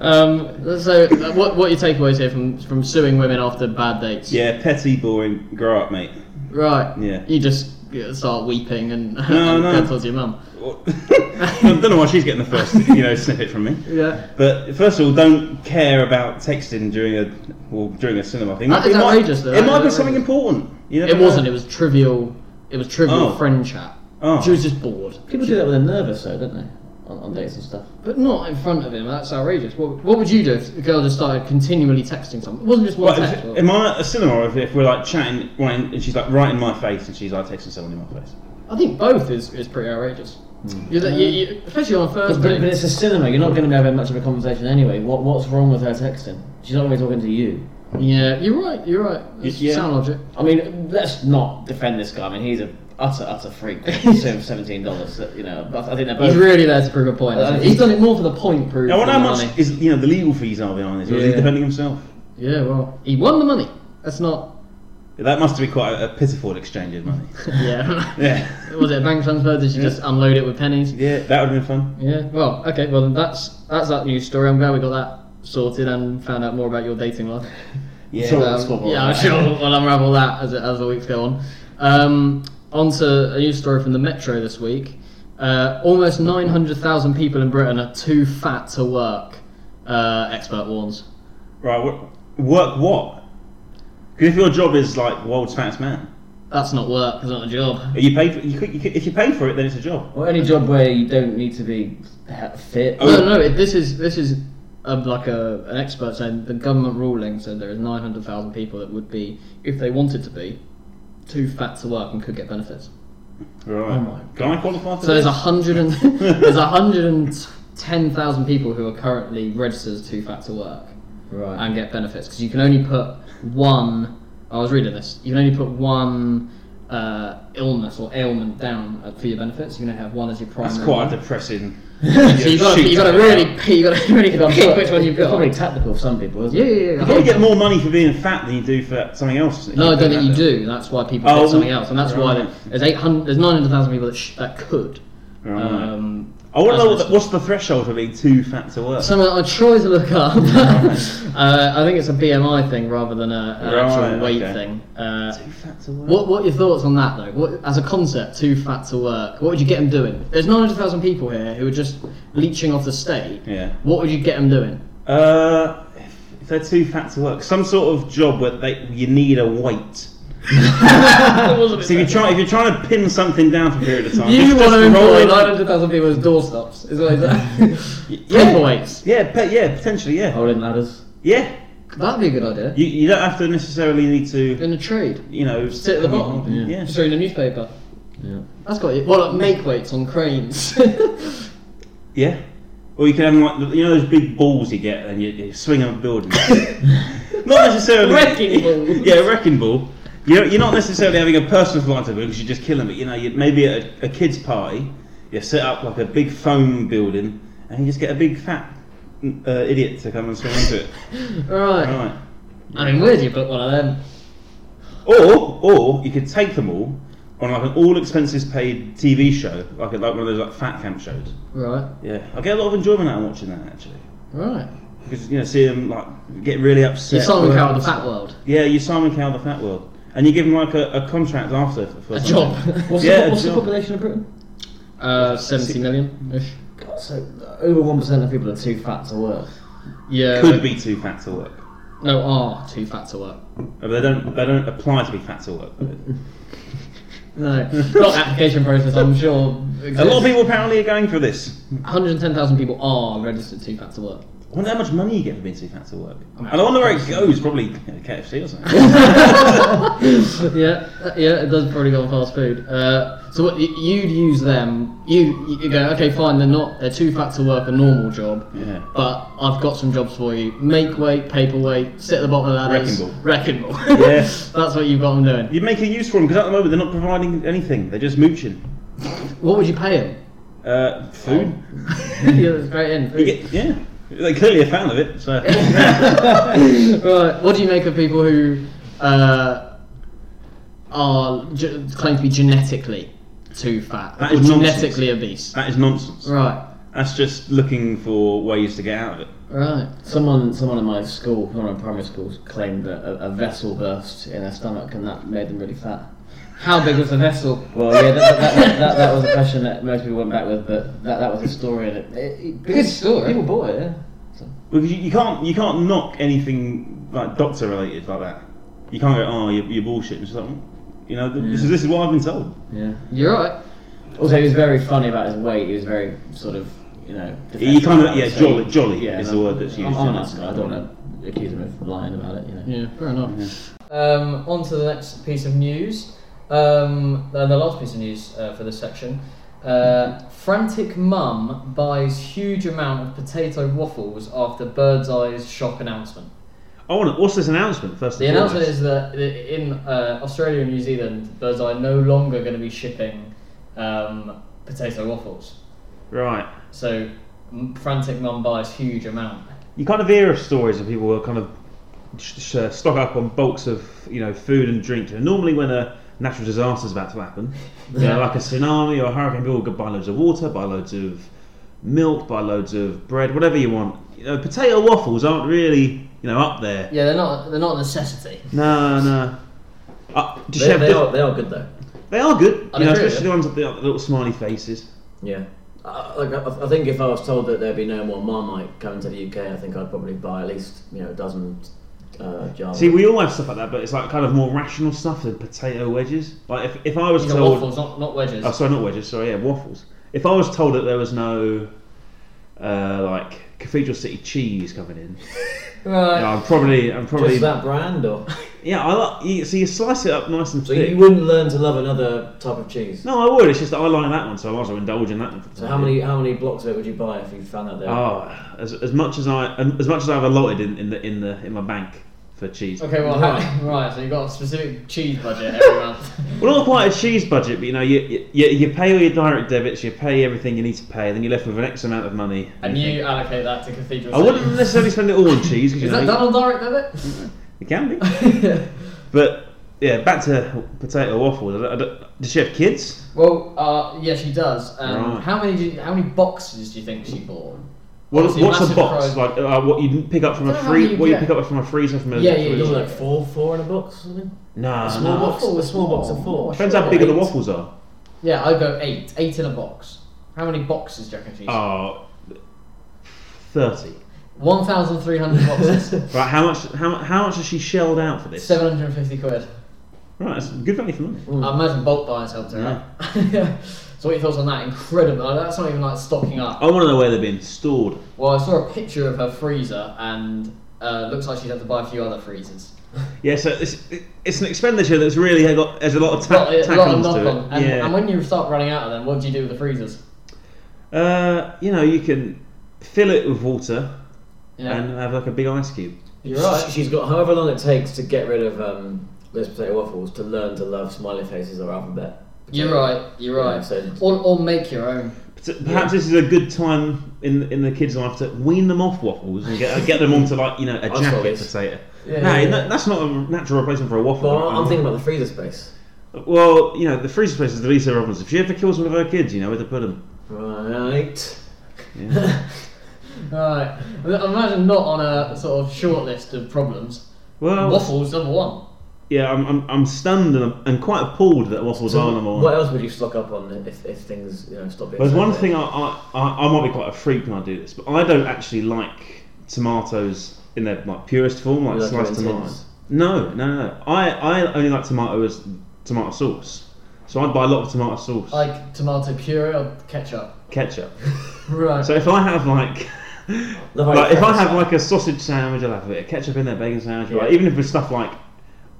[SPEAKER 4] up. um, so, uh, what what are your takeaways here from from suing women after bad dates?
[SPEAKER 2] yeah, petty, boring, grow up, mate.
[SPEAKER 4] Right.
[SPEAKER 2] Yeah.
[SPEAKER 4] You just you know, start weeping and,
[SPEAKER 2] No,
[SPEAKER 4] and
[SPEAKER 2] no.
[SPEAKER 4] go towards your mum.
[SPEAKER 2] I don't know why she's getting the first, you know, snippet from me.
[SPEAKER 4] Yeah.
[SPEAKER 2] But first of all, don't care about texting during a well, during a cinema thing.
[SPEAKER 4] That
[SPEAKER 2] it
[SPEAKER 4] is
[SPEAKER 2] might,
[SPEAKER 4] outrageous, though.
[SPEAKER 2] It
[SPEAKER 4] That
[SPEAKER 2] might
[SPEAKER 4] is
[SPEAKER 2] be something
[SPEAKER 4] outrageous.
[SPEAKER 2] important. You never
[SPEAKER 4] It
[SPEAKER 2] know.
[SPEAKER 4] wasn't. It was trivial. It was trivial
[SPEAKER 2] Oh.
[SPEAKER 4] friend chat.
[SPEAKER 2] Oh.
[SPEAKER 4] She was just bored,
[SPEAKER 5] People do that when they're nervous, though, don't they? On, on dates and stuff.
[SPEAKER 4] but not in front of him. That's outrageous. What, what would you do if the girl just started continually texting someone? It wasn't just one
[SPEAKER 2] Well,
[SPEAKER 4] text.
[SPEAKER 2] if,
[SPEAKER 4] was it?
[SPEAKER 2] am I at a cinema or if, if we're like chatting, right, and she's like right in my face, and she's like texting someone in my face?
[SPEAKER 4] I think both is, is pretty outrageous. You, you, you, especially on a
[SPEAKER 5] Hmm. But,
[SPEAKER 4] first
[SPEAKER 5] but,
[SPEAKER 4] date.
[SPEAKER 5] it's a cinema. You're not going to be having much of a conversation anyway. What What's wrong with her texting? She's not really talking to you.
[SPEAKER 4] Yeah, you're right. You're right. That's
[SPEAKER 2] yeah.
[SPEAKER 4] Sound logic.
[SPEAKER 5] I mean, let's not defend this guy. I mean, he's a utter utter freak. He's saved seventeen dollars. You know, but I think they're both.
[SPEAKER 4] He's really there to prove a point. isn't he? He's done it more for the point proof.
[SPEAKER 2] I
[SPEAKER 4] than
[SPEAKER 2] wonder how
[SPEAKER 4] the
[SPEAKER 2] much
[SPEAKER 4] money.
[SPEAKER 2] is you know the legal fees are behind this. Or is he
[SPEAKER 5] Yeah.
[SPEAKER 2] defending himself?
[SPEAKER 4] Yeah, well, he won the money. That's not.
[SPEAKER 2] That must be quite a, a pitiful exchange of money.
[SPEAKER 4] Yeah.
[SPEAKER 2] yeah,
[SPEAKER 4] Was it a bank transfer? Did you just unload it with pennies?
[SPEAKER 2] yeah, that would have been fun.
[SPEAKER 4] Yeah. Well, okay. Well, then that's that's that news story. I'm glad we got that sorted and found out more about your dating life.
[SPEAKER 2] Yeah,
[SPEAKER 5] Sure.
[SPEAKER 4] Um,
[SPEAKER 5] Let's move on.
[SPEAKER 4] yeah, I'm sure we'll unravel that as, as the weeks go on. Um, on to a news story from the Metro this week. Uh, almost 900,000 people in Britain are too fat to work, uh, expert warns.
[SPEAKER 2] Right, wo- work what? Because if your job is like world's fattest man,
[SPEAKER 4] That's not work, it's not a job.
[SPEAKER 2] are you paid? For, you, could- you, could- if you pay for it, then it's a job.
[SPEAKER 5] Or any job where you don't need to be ha- fit.
[SPEAKER 4] No, no, it, this is this is um like a, an expert saying the government ruling said there is 900,000 people that would be, if they wanted to be, too fat to work and could get benefits.
[SPEAKER 2] Right.
[SPEAKER 5] my
[SPEAKER 2] Can I qualify for
[SPEAKER 4] So
[SPEAKER 2] this?
[SPEAKER 4] there's a hundred and there's a hundred and ten thousand people who are currently registered as too fat to work
[SPEAKER 5] Right.
[SPEAKER 4] and get benefits because you can only put one. I was reading this. You can only put one uh, illness or ailment down uh, for your benefits. You can only have one as your primary.
[SPEAKER 2] That's quite
[SPEAKER 4] one.
[SPEAKER 2] a depressing.
[SPEAKER 4] So you got to you got to really pick- you got to really pick which one
[SPEAKER 5] It's
[SPEAKER 4] you've got.
[SPEAKER 5] probably tactical for some people, isn't
[SPEAKER 4] Yeah,
[SPEAKER 5] it?
[SPEAKER 4] yeah,
[SPEAKER 2] You
[SPEAKER 4] yeah.
[SPEAKER 2] get more money for being fat than you do for something else.
[SPEAKER 4] No, I don't think you do. That's why people
[SPEAKER 2] Oh,
[SPEAKER 4] pick something else, and that's why
[SPEAKER 2] right.
[SPEAKER 4] there's eight hundred, there's nine hundred thousand people that sh- that could.
[SPEAKER 2] Right.
[SPEAKER 4] Um,
[SPEAKER 2] I want to know what the,
[SPEAKER 4] that's-
[SPEAKER 2] what's the threshold for being too fat to work.
[SPEAKER 4] Something I try to look up. uh, I think it's a BMI thing rather than a, an
[SPEAKER 2] Right,
[SPEAKER 4] actual weight
[SPEAKER 2] okay.
[SPEAKER 4] thing. Uh,
[SPEAKER 2] too fat to work.
[SPEAKER 4] what, what are your thoughts on that though? What, as a concept, too fat to work. What would you get them doing? There's 900,000 people here who are just leeching off the state.
[SPEAKER 2] Yeah.
[SPEAKER 4] What would you get them doing?
[SPEAKER 2] Uh, if- if they're too fat to work, some sort of job where they, you need a weight. so if you try, if you're trying to pin something down for a period of time,
[SPEAKER 4] You
[SPEAKER 2] just-
[SPEAKER 4] want to
[SPEAKER 2] just roll
[SPEAKER 4] employ
[SPEAKER 2] in-
[SPEAKER 4] 900,000 people as doorstops. Is what is that?
[SPEAKER 2] yeah.
[SPEAKER 4] Paperweights.
[SPEAKER 2] Yeah, pe- yeah, potentially, yeah,
[SPEAKER 5] Holding ladders.
[SPEAKER 2] yeah.
[SPEAKER 4] That'd be a good idea.
[SPEAKER 2] You, you don't have to necessarily need to,
[SPEAKER 4] In a trade.
[SPEAKER 2] you know,
[SPEAKER 4] Sit at the bottom.
[SPEAKER 2] Yeah,
[SPEAKER 4] Just read a newspaper.
[SPEAKER 5] Yeah.
[SPEAKER 4] That's got you. Well, like make weights on cranes.
[SPEAKER 2] yeah. Or you can have like you know those big balls you get and you, you swing them at buildings. not necessarily
[SPEAKER 4] Wrecking balls.
[SPEAKER 2] Yeah, wrecking ball. You're, you're not necessarily having a personal flight to because you're just killing. But you know, you, maybe at a, a kid's party, you set up like a big foam building and you just get a big fat uh, idiot to come and swing into it.
[SPEAKER 4] Alright.
[SPEAKER 2] Right.
[SPEAKER 4] I mean, where'd you put one of them?
[SPEAKER 2] Or, or you could take them all on like an all expenses paid TV show, like like one of those like fat camp shows.
[SPEAKER 4] Right,
[SPEAKER 2] Yeah, I get a lot of enjoyment out of watching that actually,
[SPEAKER 4] right.
[SPEAKER 2] because you know, see them like get really upset.
[SPEAKER 4] You're Simon
[SPEAKER 2] Or-
[SPEAKER 4] Cowell of the Fat World.
[SPEAKER 2] Yeah, you Simon Cowell of the fat world, and you give them like a, a contract after for, for
[SPEAKER 4] A
[SPEAKER 2] something.
[SPEAKER 4] job.
[SPEAKER 5] What's,
[SPEAKER 2] Yeah,
[SPEAKER 5] the, what's the
[SPEAKER 2] job.
[SPEAKER 5] population of Britain?
[SPEAKER 4] Uh, 70 million ish.
[SPEAKER 5] God, so over 1% of people are too fat to work.
[SPEAKER 4] Yeah.
[SPEAKER 2] Could
[SPEAKER 4] but-
[SPEAKER 2] be too fat to work,
[SPEAKER 4] No, are too fat to work.
[SPEAKER 2] but they don't they don't apply to be fat to work.
[SPEAKER 4] No. Not application process, I'm sure.
[SPEAKER 2] A lot of people apparently are going for this.
[SPEAKER 4] 110,000 people are registered too fat to work.
[SPEAKER 2] I wonder how much money you get for being too fat to work, and I wonder where it goes. Probably you know, KFC or something.
[SPEAKER 4] yeah, uh, yeah, it does probably go on fast food. Uh, so what, y- you'd use them. You, you go, okay, fine. They're not. They're too fat to work a normal job.
[SPEAKER 2] Yeah.
[SPEAKER 4] But I've got some jobs for you. Make weight, paper weight, sit at the bottom of ladders.
[SPEAKER 2] Wrecking ball.
[SPEAKER 4] Wrecking ball.
[SPEAKER 2] Yeah.
[SPEAKER 4] That's what you've got them doing.
[SPEAKER 2] You'd make a use for them because at the moment they're not providing anything; they're just mooching.
[SPEAKER 4] What would you pay them?
[SPEAKER 2] Uh, food.
[SPEAKER 4] yeah, that's great in.
[SPEAKER 2] You get- yeah, they're clearly a fan of it. So
[SPEAKER 4] Right. What do you make of people who uh, are ge- claim to be genetically too fat
[SPEAKER 2] That
[SPEAKER 4] or
[SPEAKER 2] is nonsense.
[SPEAKER 4] genetically obese?
[SPEAKER 2] that is nonsense.
[SPEAKER 4] Right.
[SPEAKER 2] That's just looking for ways to get out of it.
[SPEAKER 4] Right.
[SPEAKER 5] Someone, someone in my school, someone in primary school, claimed that a, a vessel burst in their stomach and that made them really fat.
[SPEAKER 4] How big was the vessel?
[SPEAKER 5] Well, yeah, that, that, that, that, that was a question that most people went back with, but that, that was a story, and it, it, it
[SPEAKER 4] Good story.
[SPEAKER 5] People bought it, yeah.
[SPEAKER 2] Because you, you can't you can't knock anything like doctor related like that. You can't go oh you're, you're bullshit and something. You know th- this, is, this is what I've been told.
[SPEAKER 5] Yeah.
[SPEAKER 4] You're right.
[SPEAKER 5] Also, he was very funny about his weight. He was very sort of, you know.
[SPEAKER 2] You kind of yeah
[SPEAKER 5] defensive.
[SPEAKER 2] jolly jolly is the
[SPEAKER 5] no,
[SPEAKER 2] word that's
[SPEAKER 5] I'm,
[SPEAKER 2] used.
[SPEAKER 5] I'm
[SPEAKER 2] in
[SPEAKER 5] a
[SPEAKER 2] it.
[SPEAKER 5] nice guy. I don't want to accuse him of lying about it. You know.
[SPEAKER 4] Yeah, fair enough. Um, on to the next piece of news. Um, and the last piece of news uh, for this section. Uh, frantic mum buys huge amount of potato waffles after Bird's Eye's shock announcement.
[SPEAKER 2] I want to, what's this announcement first?
[SPEAKER 4] The
[SPEAKER 2] and
[SPEAKER 4] announcement
[SPEAKER 2] foremost?
[SPEAKER 4] is that i- in uh, Australia and New Zealand, Bird's Eye are no longer going to be shipping um, potato waffles.
[SPEAKER 2] right.
[SPEAKER 4] So, m- frantic mum buys huge amount.
[SPEAKER 2] you kind of hear of stories of people who are kind of sh- sh- uh, stock up on bulks of you know food and drink. And normally, when a natural disaster is about to happen, you know, like a tsunami or a hurricane, people go buy loads of water, buy loads of milk, buy loads of bread, whatever you want. You know, potato waffles aren't really you know up there.
[SPEAKER 4] Yeah, they're not. They're not a necessity.
[SPEAKER 2] No, no. Uh, did you
[SPEAKER 3] They,
[SPEAKER 2] have
[SPEAKER 3] they
[SPEAKER 2] the-
[SPEAKER 3] are, they are good though.
[SPEAKER 2] they are good,
[SPEAKER 4] I
[SPEAKER 2] you know,
[SPEAKER 4] agree with
[SPEAKER 2] especially the ones with the, the little smiley faces.
[SPEAKER 6] Yeah. I, Uh, like I, I think if I was told that there'd be no more Marmite coming to the UK, I think I'd probably buy at least you know a dozen uh, jars.
[SPEAKER 2] See, we all have stuff like that, but it's like kind of more rational stuff than potato wedges. Like if, if I was
[SPEAKER 4] These are
[SPEAKER 2] told,
[SPEAKER 4] waffles, not, not wedges.
[SPEAKER 6] Uh,
[SPEAKER 2] oh sorry, not wedges, sorry, yeah, waffles. If I was told that there was no uh, like Cathedral City cheese coming in,
[SPEAKER 4] Right.
[SPEAKER 2] yeah, I'm probably, I'm probably,
[SPEAKER 6] Uh, Just that brand, or
[SPEAKER 2] yeah, I like. You, so you slice it up nice and
[SPEAKER 6] so
[SPEAKER 2] thick.
[SPEAKER 6] you wouldn't learn to love another type of cheese.
[SPEAKER 2] no, I would. It's just that I like that one, so I might as well indulge in that one. For the
[SPEAKER 6] So
[SPEAKER 2] time
[SPEAKER 6] how
[SPEAKER 2] being.
[SPEAKER 6] many how many blocks of it would you buy if you found out there?
[SPEAKER 2] Oh, as, as much as I um, as much as I've allotted in, in the in the in my bank for cheese.
[SPEAKER 4] Okay, well, right. right, so you've got a specific cheese budget every month.
[SPEAKER 2] Well, not quite a cheese budget, but you know, you, you- you you pay all your direct debits, you pay everything you need to pay, then you're left with an X amount of money.
[SPEAKER 4] and
[SPEAKER 2] think-
[SPEAKER 4] you allocate that to Cathedral
[SPEAKER 2] I
[SPEAKER 4] City.
[SPEAKER 2] wouldn't necessarily spend it all on cheese because you
[SPEAKER 4] Is that
[SPEAKER 2] know
[SPEAKER 4] done on direct debit?
[SPEAKER 2] it can be. but yeah, back to potato waffles. I don't- I don't- Does she have kids?
[SPEAKER 4] well, uh, yeah, she does. Um,
[SPEAKER 2] Right.
[SPEAKER 4] How many? Do you, how many boxes do you think she bought?
[SPEAKER 2] What,
[SPEAKER 4] Obviously,
[SPEAKER 2] what's a
[SPEAKER 4] massive
[SPEAKER 2] box
[SPEAKER 4] fries.
[SPEAKER 2] like? Uh, what you pick up from
[SPEAKER 4] I
[SPEAKER 2] a
[SPEAKER 4] don't know how
[SPEAKER 2] free?
[SPEAKER 4] you
[SPEAKER 2] What you
[SPEAKER 4] get-
[SPEAKER 2] pick up from a freezer from a?
[SPEAKER 4] Yeah, yeah,
[SPEAKER 6] You're
[SPEAKER 2] no,
[SPEAKER 6] talking like four, four in a box or something?
[SPEAKER 2] no.
[SPEAKER 6] Small box, a small box of four.
[SPEAKER 2] Depends how big the waffles are.
[SPEAKER 4] Yeah, I go eight. Eight in a box. How many boxes do you reckon she's?
[SPEAKER 2] Oh, 30.
[SPEAKER 4] One thousand three hundred boxes.
[SPEAKER 2] Right, how much? How, mu- how much has she shelled out for this?
[SPEAKER 4] Seven hundred and fifty quid.
[SPEAKER 2] Right, that's good value for money.
[SPEAKER 6] Hmm.
[SPEAKER 4] I imagine bulk buyers helped her out. so what are your thoughts on that? Incredible. Like, that's not even like stocking up.
[SPEAKER 2] I want to know where they're being stored.
[SPEAKER 4] Well, I saw a picture of her freezer, and uh, looks like she'd have to buy a few other freezers.
[SPEAKER 2] Yeah, so it's, it's an expenditure that's really got there's a lot of ta-
[SPEAKER 4] Well, a lot of
[SPEAKER 2] tack-ons
[SPEAKER 4] knock
[SPEAKER 2] to
[SPEAKER 4] on.
[SPEAKER 2] it.
[SPEAKER 4] And,
[SPEAKER 2] yeah,
[SPEAKER 4] and when you start running out of them, what do you do with the freezers?
[SPEAKER 2] uh, you know you can fill it with water
[SPEAKER 4] Yeah.
[SPEAKER 2] and have like a big ice cube.
[SPEAKER 4] You're right.
[SPEAKER 6] She- Uh, She's got however long it takes to get rid of um, those potato waffles to learn to love smiley faces or alphabet.
[SPEAKER 4] You're right. You're right.
[SPEAKER 6] Yeah, so-
[SPEAKER 4] or, or make your own.
[SPEAKER 2] So Perhaps this is a good time in in the kids' life to wean them off waffles and get get them onto like you know a
[SPEAKER 6] saw
[SPEAKER 2] jacket
[SPEAKER 6] this.
[SPEAKER 2] potato.
[SPEAKER 4] Yeah,
[SPEAKER 2] no,
[SPEAKER 4] yeah, yeah.
[SPEAKER 2] that- that's not a natural replacement for a waffle.
[SPEAKER 6] Well, I'm
[SPEAKER 2] Um,
[SPEAKER 6] thinking about the freezer space.
[SPEAKER 2] Well, you know, the freezer space is the Lisa Robbins. If she ever kills one of her kids, you know where to put them.
[SPEAKER 6] Right.
[SPEAKER 4] Right. I imagine not on a sort of short list of problems.
[SPEAKER 2] Well,
[SPEAKER 4] Waffles number one.
[SPEAKER 2] yeah, I'm, I'm, I'm stunned and, and quite appalled that waffles are number one.
[SPEAKER 6] What else would you stock up on if, if things you know stop being?
[SPEAKER 2] There's
[SPEAKER 6] so
[SPEAKER 2] one
[SPEAKER 6] good?
[SPEAKER 2] thing I, I, I, I might be quite a freak when I do this, but I don't actually like tomatoes in their like purest form, like
[SPEAKER 6] You like them
[SPEAKER 2] sliced
[SPEAKER 6] in
[SPEAKER 2] tomatoes.
[SPEAKER 6] tins?
[SPEAKER 2] No, no, no. I, I only like tomato as tomato sauce. So I'd buy a lot of tomato sauce,
[SPEAKER 4] Like tomato puree or ketchup.
[SPEAKER 2] ketchup.
[SPEAKER 4] Right.
[SPEAKER 2] So if I have like
[SPEAKER 6] Love how
[SPEAKER 2] Like
[SPEAKER 6] you
[SPEAKER 2] if I
[SPEAKER 6] preface
[SPEAKER 2] have
[SPEAKER 6] that.
[SPEAKER 2] like a sausage sandwich, I'll have a bit of ketchup in there, bacon sandwich. But
[SPEAKER 6] Yeah.
[SPEAKER 2] like, even if it's stuff like,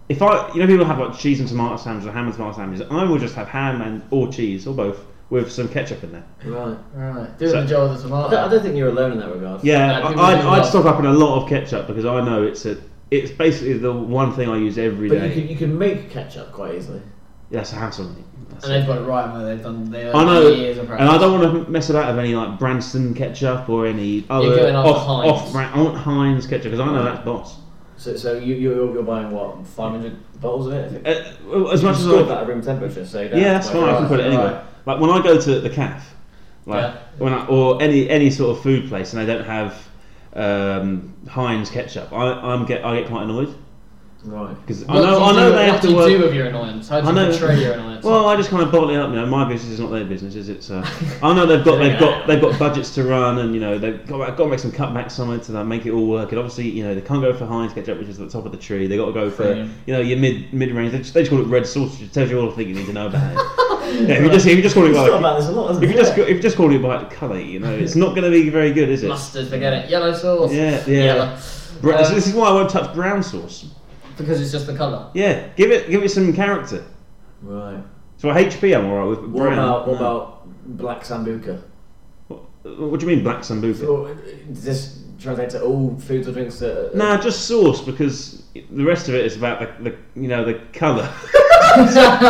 [SPEAKER 2] if I, you know, people have like cheese and tomato sandwiches or ham and tomato sandwiches. I will just have ham and or cheese or both with some ketchup in there.
[SPEAKER 6] Right.
[SPEAKER 4] right. Do
[SPEAKER 2] So-
[SPEAKER 4] the job of the
[SPEAKER 6] I don't, I
[SPEAKER 4] tomato.
[SPEAKER 6] don't think you're alone in that regard.
[SPEAKER 2] Yeah,
[SPEAKER 4] Uh,
[SPEAKER 2] I
[SPEAKER 4] people
[SPEAKER 2] I'd,
[SPEAKER 4] do
[SPEAKER 2] I'd
[SPEAKER 4] love-
[SPEAKER 2] stock up on a lot of ketchup because I know it's a, it's basically the one thing I use every
[SPEAKER 6] But you
[SPEAKER 2] day.
[SPEAKER 6] can, you can make ketchup quite easily.
[SPEAKER 2] That's a hassle. mate. That's-
[SPEAKER 4] And they've got it right where they've done their
[SPEAKER 2] I know,
[SPEAKER 4] years
[SPEAKER 2] and
[SPEAKER 4] of practice.
[SPEAKER 2] I don't want to mess about with any like Branston ketchup or any other
[SPEAKER 4] going after
[SPEAKER 2] off,
[SPEAKER 4] Heinz.
[SPEAKER 2] off brand. I want Heinz ketchup because I know that's boss.
[SPEAKER 6] So, so you, you're, you're buying what 500 bottles of it. I think?
[SPEAKER 2] Uh, well, as much as
[SPEAKER 6] Stored
[SPEAKER 2] I,
[SPEAKER 6] that at room temperature, so you don't
[SPEAKER 2] Yeah,
[SPEAKER 6] have
[SPEAKER 2] that's
[SPEAKER 6] to
[SPEAKER 2] fine. I can
[SPEAKER 6] worry
[SPEAKER 2] put it
[SPEAKER 4] Right,
[SPEAKER 2] anywhere.
[SPEAKER 4] right.
[SPEAKER 2] Like when I go to the calf, like
[SPEAKER 4] Yeah.
[SPEAKER 2] when I, or any any sort of food place, and they don't have um, Heinz ketchup, I I'm get I get quite annoyed
[SPEAKER 6] about it. Right.
[SPEAKER 2] because I
[SPEAKER 4] What
[SPEAKER 2] know
[SPEAKER 4] do
[SPEAKER 2] I
[SPEAKER 4] you
[SPEAKER 2] know
[SPEAKER 4] do-
[SPEAKER 2] they
[SPEAKER 4] what
[SPEAKER 2] have
[SPEAKER 4] do
[SPEAKER 2] to
[SPEAKER 4] you do
[SPEAKER 2] work.
[SPEAKER 4] with your annoyance? How do
[SPEAKER 2] I
[SPEAKER 4] you
[SPEAKER 2] know.
[SPEAKER 4] portray your annoyance?
[SPEAKER 2] Well, I just kind of bottle it up. You know, my business is not their business, is it? So I know they've got they've got they've got budgets to run, and you know they've got, got to make some cutbacks somewhere to like, make it all work. And obviously, you know they can't go for Heinz ketchup, which is at the top of the tree. They got to go for
[SPEAKER 4] Premium.
[SPEAKER 2] you know your mid mid range. They just, they just call it red sausage. It tells you all the things you need to know about it. yeah, if you just if you just call it
[SPEAKER 6] We've thought
[SPEAKER 2] like,
[SPEAKER 6] about this a lot, hasn't
[SPEAKER 2] If you
[SPEAKER 6] it?
[SPEAKER 2] just go- if you just call it by colour, you know, it's not going to be very good, is it?
[SPEAKER 4] Mustard, forget it. Yellow sauce.
[SPEAKER 2] Yeah, yeah.
[SPEAKER 4] Yellow.
[SPEAKER 2] Bra-
[SPEAKER 4] Um,
[SPEAKER 2] this is why I won't touch brown sauce.
[SPEAKER 4] Because it's just the colour.
[SPEAKER 2] Yeah, give it give it some character.
[SPEAKER 6] Right.
[SPEAKER 2] So HP, I'm alright with but
[SPEAKER 6] What
[SPEAKER 2] brown.
[SPEAKER 6] about
[SPEAKER 2] no.
[SPEAKER 6] what about black sambuca?
[SPEAKER 2] What, what do you mean black sambuca?
[SPEAKER 6] Or, uh, Does this translate to all foods or drinks that?
[SPEAKER 2] Nah, just sauce because the rest of it is about the, the you know the colour. Like,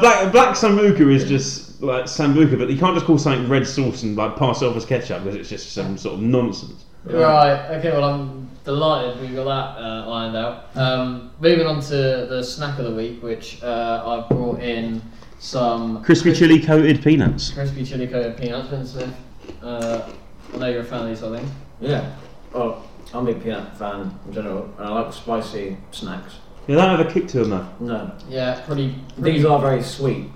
[SPEAKER 2] black black sambuca is just like sambuca, but you can't just call something red sauce and like pass it off as ketchup because it's just some sort of nonsense.
[SPEAKER 4] Right. Okay. Well, I'm delighted we got that uh, ironed out. Um, moving on to the snack of the week, which uh, I brought in some
[SPEAKER 2] Crispy chili coated peanuts.
[SPEAKER 4] crispy chili coated peanuts. Vincent, uh, I know you're a fan of these, I think.
[SPEAKER 6] Yeah. Oh, I'm a big peanut fan in general, and I like spicy snacks.
[SPEAKER 2] They don't have a kick to them though.
[SPEAKER 6] No,
[SPEAKER 4] Yeah, pretty. pretty
[SPEAKER 6] these are very sweet.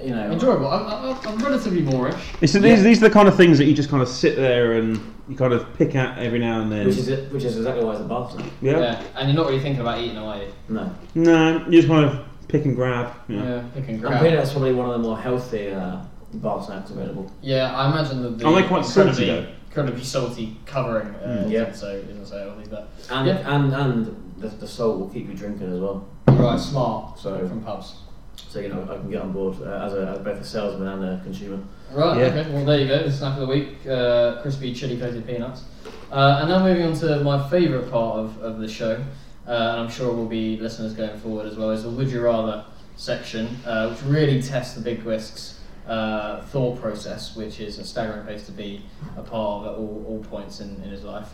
[SPEAKER 6] you know,
[SPEAKER 4] Enjoyable. I'm, I'm, I'm relatively Moorish.
[SPEAKER 2] It's, these, these are the kind of things that you just kind of sit there and you kind of pick at every now and then.
[SPEAKER 6] which is it, which is exactly why it's a bath now.
[SPEAKER 2] yeah.
[SPEAKER 4] Yeah, and you're not really thinking about eating, are you?
[SPEAKER 6] No,
[SPEAKER 2] No, you just kind of pick and grab. Yeah.
[SPEAKER 4] Yeah, picking
[SPEAKER 6] I'm pretty
[SPEAKER 4] crap.
[SPEAKER 6] that's probably one of the more healthy uh, bar snacks available.
[SPEAKER 4] Yeah, I imagine that the
[SPEAKER 2] Are they quite salty,
[SPEAKER 4] incredibly,
[SPEAKER 2] though?
[SPEAKER 4] incredibly salty covering uh,
[SPEAKER 6] Yeah.
[SPEAKER 4] yeah. so isn't so healthy, but
[SPEAKER 6] And
[SPEAKER 4] Yeah.
[SPEAKER 6] and and the, the salt will keep you drinking as well.
[SPEAKER 4] right, smart.
[SPEAKER 6] So-
[SPEAKER 4] from pubs.
[SPEAKER 6] So you know, I can get on board uh, as, a, as both a salesman and a consumer.
[SPEAKER 4] Right,
[SPEAKER 2] Yeah.
[SPEAKER 4] okay, well there you go, the snack of the week, uh, crispy chili coated peanuts. Uh, and now moving on to my favourite part of, of the show, uh, and I'm sure will be listeners going forward as well, is the Would You Rather section, uh, which really tests the Big Whisk's uh, thought process, which is a staggering place to be a part of at all, all points in, in his life.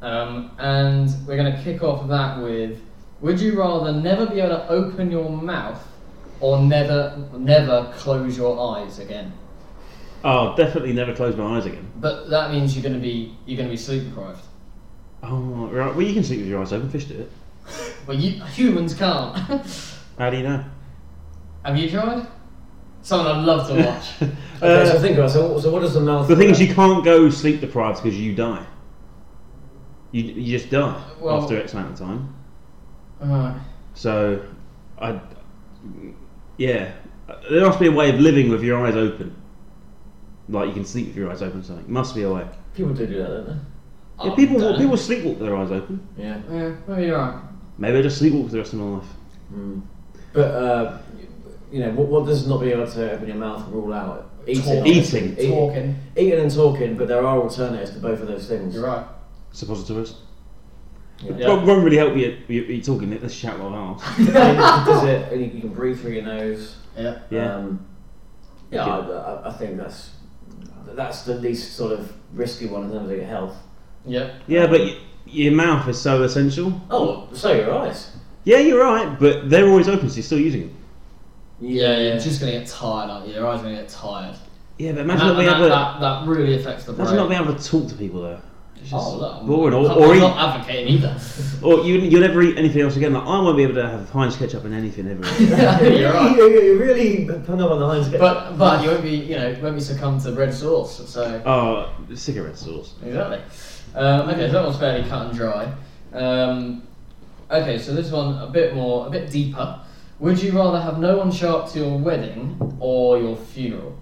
[SPEAKER 4] Um, and we're going to kick off that with Would you rather never be able to open your mouth or never, never close your eyes again?
[SPEAKER 2] Oh, definitely never close my eyes again.
[SPEAKER 4] But that means you're going to be you're going to be sleep deprived.
[SPEAKER 2] Oh, right. Well, you can sleep with your eyes open. Fish do it.
[SPEAKER 4] Well, you, humans can't.
[SPEAKER 2] How do you know?
[SPEAKER 4] Have you tried? Someone I'd love to watch.
[SPEAKER 6] Okay,
[SPEAKER 2] Uh,
[SPEAKER 6] so think about it. So, so what does the mouth?
[SPEAKER 2] The thing
[SPEAKER 6] do?
[SPEAKER 2] is, you can't go sleep deprived because you die. You, you just die
[SPEAKER 4] Well-
[SPEAKER 2] after X amount of time.
[SPEAKER 4] Alright.
[SPEAKER 2] So, I, yeah, there must be a way of living with your eyes open. Like you can sleep with your eyes open. or Something must be a way.
[SPEAKER 6] people do do that, don't
[SPEAKER 2] Yeah,
[SPEAKER 4] Oh,
[SPEAKER 2] people
[SPEAKER 4] don't know.
[SPEAKER 2] people sleepwalk with their eyes open.
[SPEAKER 6] they? Yeah.
[SPEAKER 4] Yeah, maybe you're right.
[SPEAKER 2] Maybe they just sleepwalk for the rest of my life.
[SPEAKER 6] But uh, you know, what, what does not being able to open your mouth rule out? Eating,
[SPEAKER 4] Talk.
[SPEAKER 2] Eating.
[SPEAKER 6] Eat-
[SPEAKER 4] Talking.
[SPEAKER 6] eating and talking. But there are alternatives to both of those things.
[SPEAKER 4] You're right.
[SPEAKER 2] Suppositories.
[SPEAKER 6] Yeah.
[SPEAKER 2] Won't, won't really help you. You, you talking. Let's shout like arse.
[SPEAKER 6] And it does it, and you can breathe through your nose.
[SPEAKER 4] Yeah.
[SPEAKER 2] Yeah.
[SPEAKER 6] Um, yeah, I, I- I think that's that's the least sort of risky one in terms of your health.
[SPEAKER 4] Yeah.
[SPEAKER 2] yeah, but y- your mouth is so essential.
[SPEAKER 6] Oh, so your eyes.
[SPEAKER 2] Yeah, you're right, but they're always open, so you're still using them.
[SPEAKER 4] Yeah, you're just gonna get tired, aren't you? Your eyes are gonna get tired.
[SPEAKER 2] Yeah, but
[SPEAKER 4] And
[SPEAKER 2] imagine
[SPEAKER 4] that,
[SPEAKER 2] not being
[SPEAKER 4] that,
[SPEAKER 2] able. to-
[SPEAKER 4] that, that really affects the brain.
[SPEAKER 2] Imagine not being able to talk to people though. It's just
[SPEAKER 4] oh, look, I'm,
[SPEAKER 2] boring. Or,
[SPEAKER 4] I'm
[SPEAKER 2] or,
[SPEAKER 4] not
[SPEAKER 2] eat,
[SPEAKER 4] advocating either.
[SPEAKER 2] or you, you'll never eat anything else again. Like, I won't be able to have Heinz ketchup and anything ever. again.
[SPEAKER 4] You're right.
[SPEAKER 6] You, you, you really hung up on the lines.
[SPEAKER 4] But but you won't be you know won't be succumb to red sauce. So
[SPEAKER 2] oh, cigarette sauce.
[SPEAKER 4] exactly. Um, okay, so that one's fairly cut and dry. Um, okay, so this one a bit more a bit deeper. Would you rather have no one show up to your wedding or your funeral?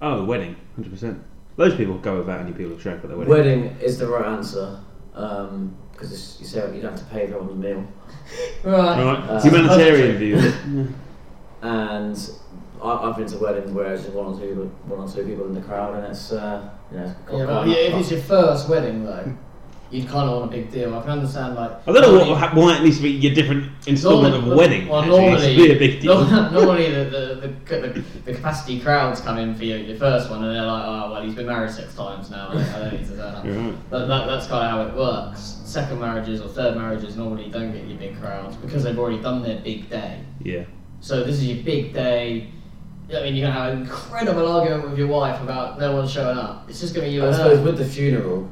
[SPEAKER 2] Oh, wedding, hundred percent. Loads of people go without any people showing up at their wedding.
[SPEAKER 6] wedding is the right answer because it's you say you don't have to pay everyone's meal,
[SPEAKER 4] Right.
[SPEAKER 2] Right,
[SPEAKER 6] Uh,
[SPEAKER 2] humanitarian view.
[SPEAKER 6] and I, I've been to weddings where it's just one or two one or two people in the crowd, and it's uh, you know.
[SPEAKER 4] Yeah, well, yeah, if it's your first wedding though, you'd kind of want a big deal. I can understand like.
[SPEAKER 2] I don't know what, ha- why it needs to be your different installment of a wedding.
[SPEAKER 4] Well,
[SPEAKER 2] actually.
[SPEAKER 4] normally,
[SPEAKER 2] It should be a big deal.
[SPEAKER 4] nor- normally the, the, the, the, the capacity crowds come in for your, your first one, and they're like, "Oh, well, he's been married six times now. I don't- I don't need to turn up."
[SPEAKER 2] You're right.
[SPEAKER 4] That, that, that's kind of how it works. Second marriages or third marriages normally don't get your big crowds because they've already done their big day.
[SPEAKER 2] Yeah.
[SPEAKER 4] So this is your big day. I mean, you're gonna have an incredible argument with your wife about no one showing up. It's just gonna be you
[SPEAKER 6] I
[SPEAKER 4] and
[SPEAKER 6] suppose
[SPEAKER 4] her.
[SPEAKER 6] with the funeral,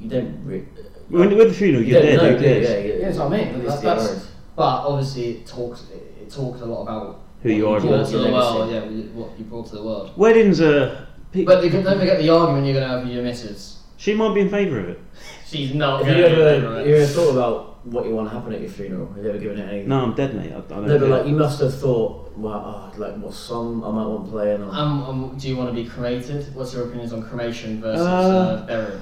[SPEAKER 6] you don't. Re-
[SPEAKER 2] When, with the funeral, you're
[SPEAKER 6] don't
[SPEAKER 2] dead.
[SPEAKER 6] know,
[SPEAKER 2] who
[SPEAKER 6] do you?
[SPEAKER 2] cares?
[SPEAKER 6] yeah,
[SPEAKER 4] Yeah, that's what I mean.
[SPEAKER 6] It's
[SPEAKER 4] That's,
[SPEAKER 6] the
[SPEAKER 4] that's,
[SPEAKER 6] others.
[SPEAKER 4] but obviously, it talks it, it talks a lot about
[SPEAKER 2] Who you are.
[SPEAKER 4] what
[SPEAKER 2] and
[SPEAKER 4] you
[SPEAKER 2] all that
[SPEAKER 4] brought to
[SPEAKER 2] sort
[SPEAKER 4] the
[SPEAKER 2] of-
[SPEAKER 4] world. Yeah, what you brought to the world.
[SPEAKER 2] Weddings are. pe-
[SPEAKER 4] But you can- don't forget the argument you're going to have with your missus.
[SPEAKER 2] she might be in favour of it.
[SPEAKER 4] She's not
[SPEAKER 6] Have
[SPEAKER 4] going
[SPEAKER 6] you
[SPEAKER 4] to remember
[SPEAKER 6] ever,
[SPEAKER 4] it.
[SPEAKER 6] have you ever thought about what you want to happen at your funeral? Have you ever given it any?
[SPEAKER 2] No, I'm dead, mate. I, I don't
[SPEAKER 6] No,
[SPEAKER 2] care.
[SPEAKER 6] but like you must have thought, well, oh, like what song I might want playing. Or...
[SPEAKER 4] Um, um, do you want to be cremated? What's your opinions on cremation versus
[SPEAKER 2] Uh,
[SPEAKER 4] uh, burial?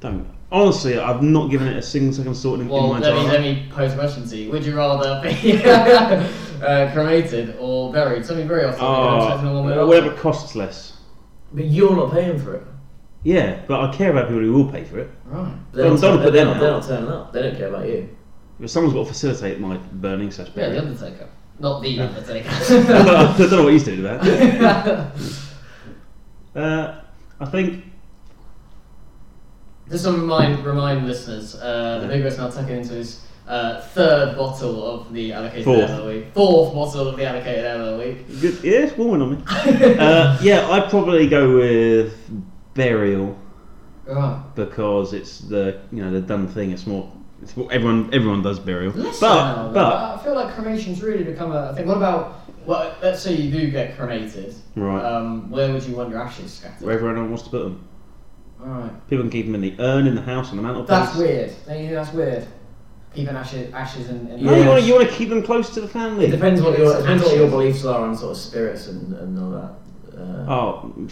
[SPEAKER 2] Don't. Honestly, I've not given it a single second thought in,
[SPEAKER 4] Well,
[SPEAKER 2] in my
[SPEAKER 4] let me,
[SPEAKER 2] time.
[SPEAKER 4] let me pose a question to you. Would you rather be uh, cremated or buried? Something very often.
[SPEAKER 2] oh, whatever costs less.
[SPEAKER 6] But you're not paying for it.
[SPEAKER 2] Yeah, but I care about people who will pay for it.
[SPEAKER 4] Right.
[SPEAKER 6] They're
[SPEAKER 2] Don't-
[SPEAKER 6] not,
[SPEAKER 2] don't put
[SPEAKER 6] they're
[SPEAKER 2] them
[SPEAKER 6] not, they're
[SPEAKER 2] out.
[SPEAKER 6] not turning up. They don't care about you.
[SPEAKER 2] If someone's got to facilitate my burning slash
[SPEAKER 4] Yeah, The
[SPEAKER 2] burial.
[SPEAKER 4] Undertaker. Not The Undertaker.
[SPEAKER 2] I don't know what he's doing about it. uh, I think.
[SPEAKER 4] Just to remind, remind listeners, uh, the Big Rest now tucking into his uh, third bottle of the allocated ale
[SPEAKER 2] Fourth.
[SPEAKER 4] of the week. Fourth bottle of the allocated ale of the week.
[SPEAKER 2] Good, yeah, it's warming on me. uh, yeah, I'd probably go with burial
[SPEAKER 4] Right.
[SPEAKER 2] because it's the you know the done thing. It's more. It's what everyone everyone does burial.
[SPEAKER 4] Less so
[SPEAKER 2] but
[SPEAKER 4] now, though.
[SPEAKER 2] but
[SPEAKER 4] I feel like cremation's really become a thing. What about Well, let's say you do get cremated.
[SPEAKER 2] Right.
[SPEAKER 4] Um, where would you want your ashes scattered?
[SPEAKER 2] Wherever anyone wants to put them.
[SPEAKER 4] Alright.
[SPEAKER 2] People can keep them in the urn, in the house, on the mantelpiece.
[SPEAKER 4] That's weird. Don't you think that's weird? Keeping ashes, ashes in, in
[SPEAKER 2] No, you
[SPEAKER 4] the
[SPEAKER 2] want, to, you want to keep them close to the family.
[SPEAKER 6] It depends what your depends what your beliefs are on sort of spirits and, and all that. Uh,
[SPEAKER 2] Oh,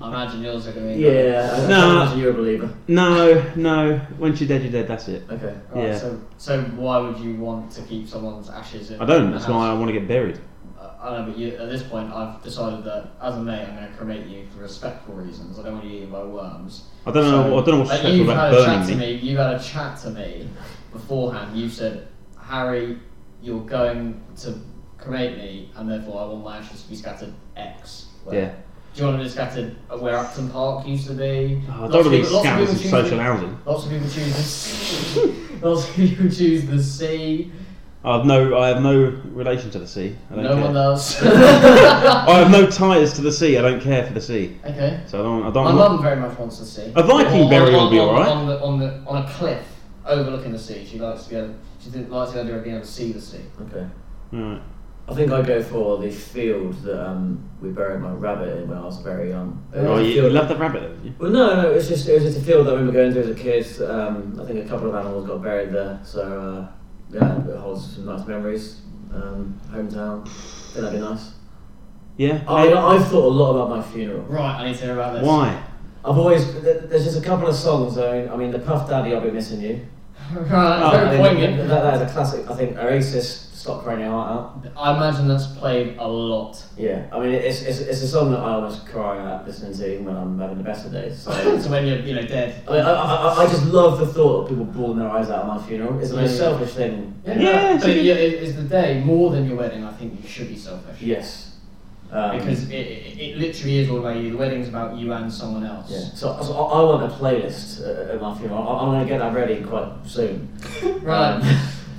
[SPEAKER 4] I imagine yours are going to be.
[SPEAKER 6] yeah, I- I
[SPEAKER 2] No.
[SPEAKER 6] don't imagine you're a believer.
[SPEAKER 2] no, no. Once you're dead, you're dead, that's it.
[SPEAKER 6] Okay.
[SPEAKER 4] Alright,
[SPEAKER 2] yeah.
[SPEAKER 4] So, so why would you want to keep someone's ashes? In
[SPEAKER 2] I don't,
[SPEAKER 4] in the
[SPEAKER 2] that's why I
[SPEAKER 4] house?
[SPEAKER 2] want to get buried.
[SPEAKER 4] I I know, but you, at this point, I've decided that as a mate, I'm going to cremate you for respectful reasons. I don't want you eaten by worms.
[SPEAKER 2] I don't know, I don't know what's
[SPEAKER 4] but
[SPEAKER 2] special
[SPEAKER 4] you've
[SPEAKER 2] about
[SPEAKER 4] had a chat
[SPEAKER 2] burning
[SPEAKER 4] to
[SPEAKER 2] me.
[SPEAKER 4] me. You had a chat to me beforehand. You said, Harry, you're going to cremate me, and therefore I want my ashes to be scattered X. Where-
[SPEAKER 2] Yeah.
[SPEAKER 4] Do you want them to be scattered where Upton Park used to be?
[SPEAKER 2] Oh, I don't
[SPEAKER 4] Lots
[SPEAKER 2] want
[SPEAKER 4] of
[SPEAKER 2] to be
[SPEAKER 4] people- lots of
[SPEAKER 2] scanners
[SPEAKER 4] people
[SPEAKER 2] of
[SPEAKER 4] choose
[SPEAKER 2] social
[SPEAKER 4] the-
[SPEAKER 2] housing.
[SPEAKER 4] Lots of people choose the sea. lots of people choose the sea.
[SPEAKER 2] I have no, I have no relation to the sea. I don't
[SPEAKER 4] No
[SPEAKER 2] care.
[SPEAKER 4] one else.
[SPEAKER 2] I have no ties to the sea. I don't care for the sea.
[SPEAKER 4] okay.
[SPEAKER 2] So I don't. I don't.
[SPEAKER 4] My
[SPEAKER 2] I'm
[SPEAKER 4] mum very much wants to see.
[SPEAKER 2] A Viking
[SPEAKER 4] On-
[SPEAKER 2] burial
[SPEAKER 4] on-
[SPEAKER 2] would be
[SPEAKER 4] on-
[SPEAKER 2] alright.
[SPEAKER 4] On, the, on, the, on a cliff overlooking the sea. She likes to go. She didn't like the idea of being able to see the sea.
[SPEAKER 6] Okay.
[SPEAKER 2] Alright.
[SPEAKER 6] I think I go for the field that um, we buried my rabbit in when I was very young. It was
[SPEAKER 2] Oh,
[SPEAKER 6] a
[SPEAKER 2] you, you
[SPEAKER 6] field-
[SPEAKER 2] love the rabbit, don't you?
[SPEAKER 6] Well, no, no, it was just it was just a field that I remember going to as a kid. Um, I think a couple of animals got buried there, so uh, yeah, it holds some nice memories. Um, hometown, I think that'd be nice.
[SPEAKER 2] Yeah.
[SPEAKER 4] Oh,
[SPEAKER 6] I, I've thought a lot about my funeral.
[SPEAKER 4] Right, I need to hear about this.
[SPEAKER 2] Why?
[SPEAKER 6] I've always th- there's just a couple of songs. I mean, I mean, the Puff Daddy, I'll be missing you.
[SPEAKER 4] Right,
[SPEAKER 2] Oh,
[SPEAKER 6] I
[SPEAKER 4] very
[SPEAKER 6] mean,
[SPEAKER 4] poignant.
[SPEAKER 6] that, that is a classic. I think Oasis, Stop Crying Your Heart Out.
[SPEAKER 4] I imagine that's played a lot.
[SPEAKER 6] Yeah, I mean, it's, it's, it's a song that I almost cry at listening to even when I'm having the best of days. So.
[SPEAKER 4] so when you're you know dead.
[SPEAKER 6] I, mean, I, I, I- I just love the thought of people bawling their eyes out at my funeral. It's the most selfish thing.
[SPEAKER 2] Yeah,
[SPEAKER 4] but
[SPEAKER 2] so you-
[SPEAKER 4] you- it- it's the day more than your wedding. I think you should be selfish.
[SPEAKER 6] Yes. Um,
[SPEAKER 4] Because it, it, it literally is all about you. The wedding's about you and someone else.
[SPEAKER 6] yeah. so, so I I want a playlist uh, at my funeral. I, I'm going to get that ready quite soon. Um,
[SPEAKER 4] Right.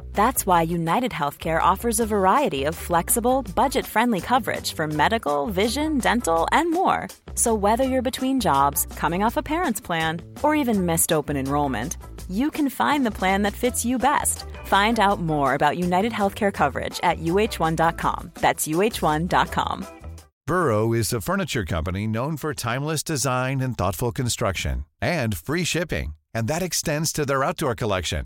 [SPEAKER 7] That's why United Healthcare offers a variety of flexible, budget friendly coverage for medical, vision, dental, and more. So, whether you're between jobs, coming off a parent's plan, or even missed open enrollment, you can find the plan that fits you best. Find out more about United Healthcare coverage at uh1.com. That's uh1.com.
[SPEAKER 8] Burrow is a furniture company known for timeless design and thoughtful construction and free shipping, and that extends to their outdoor collection.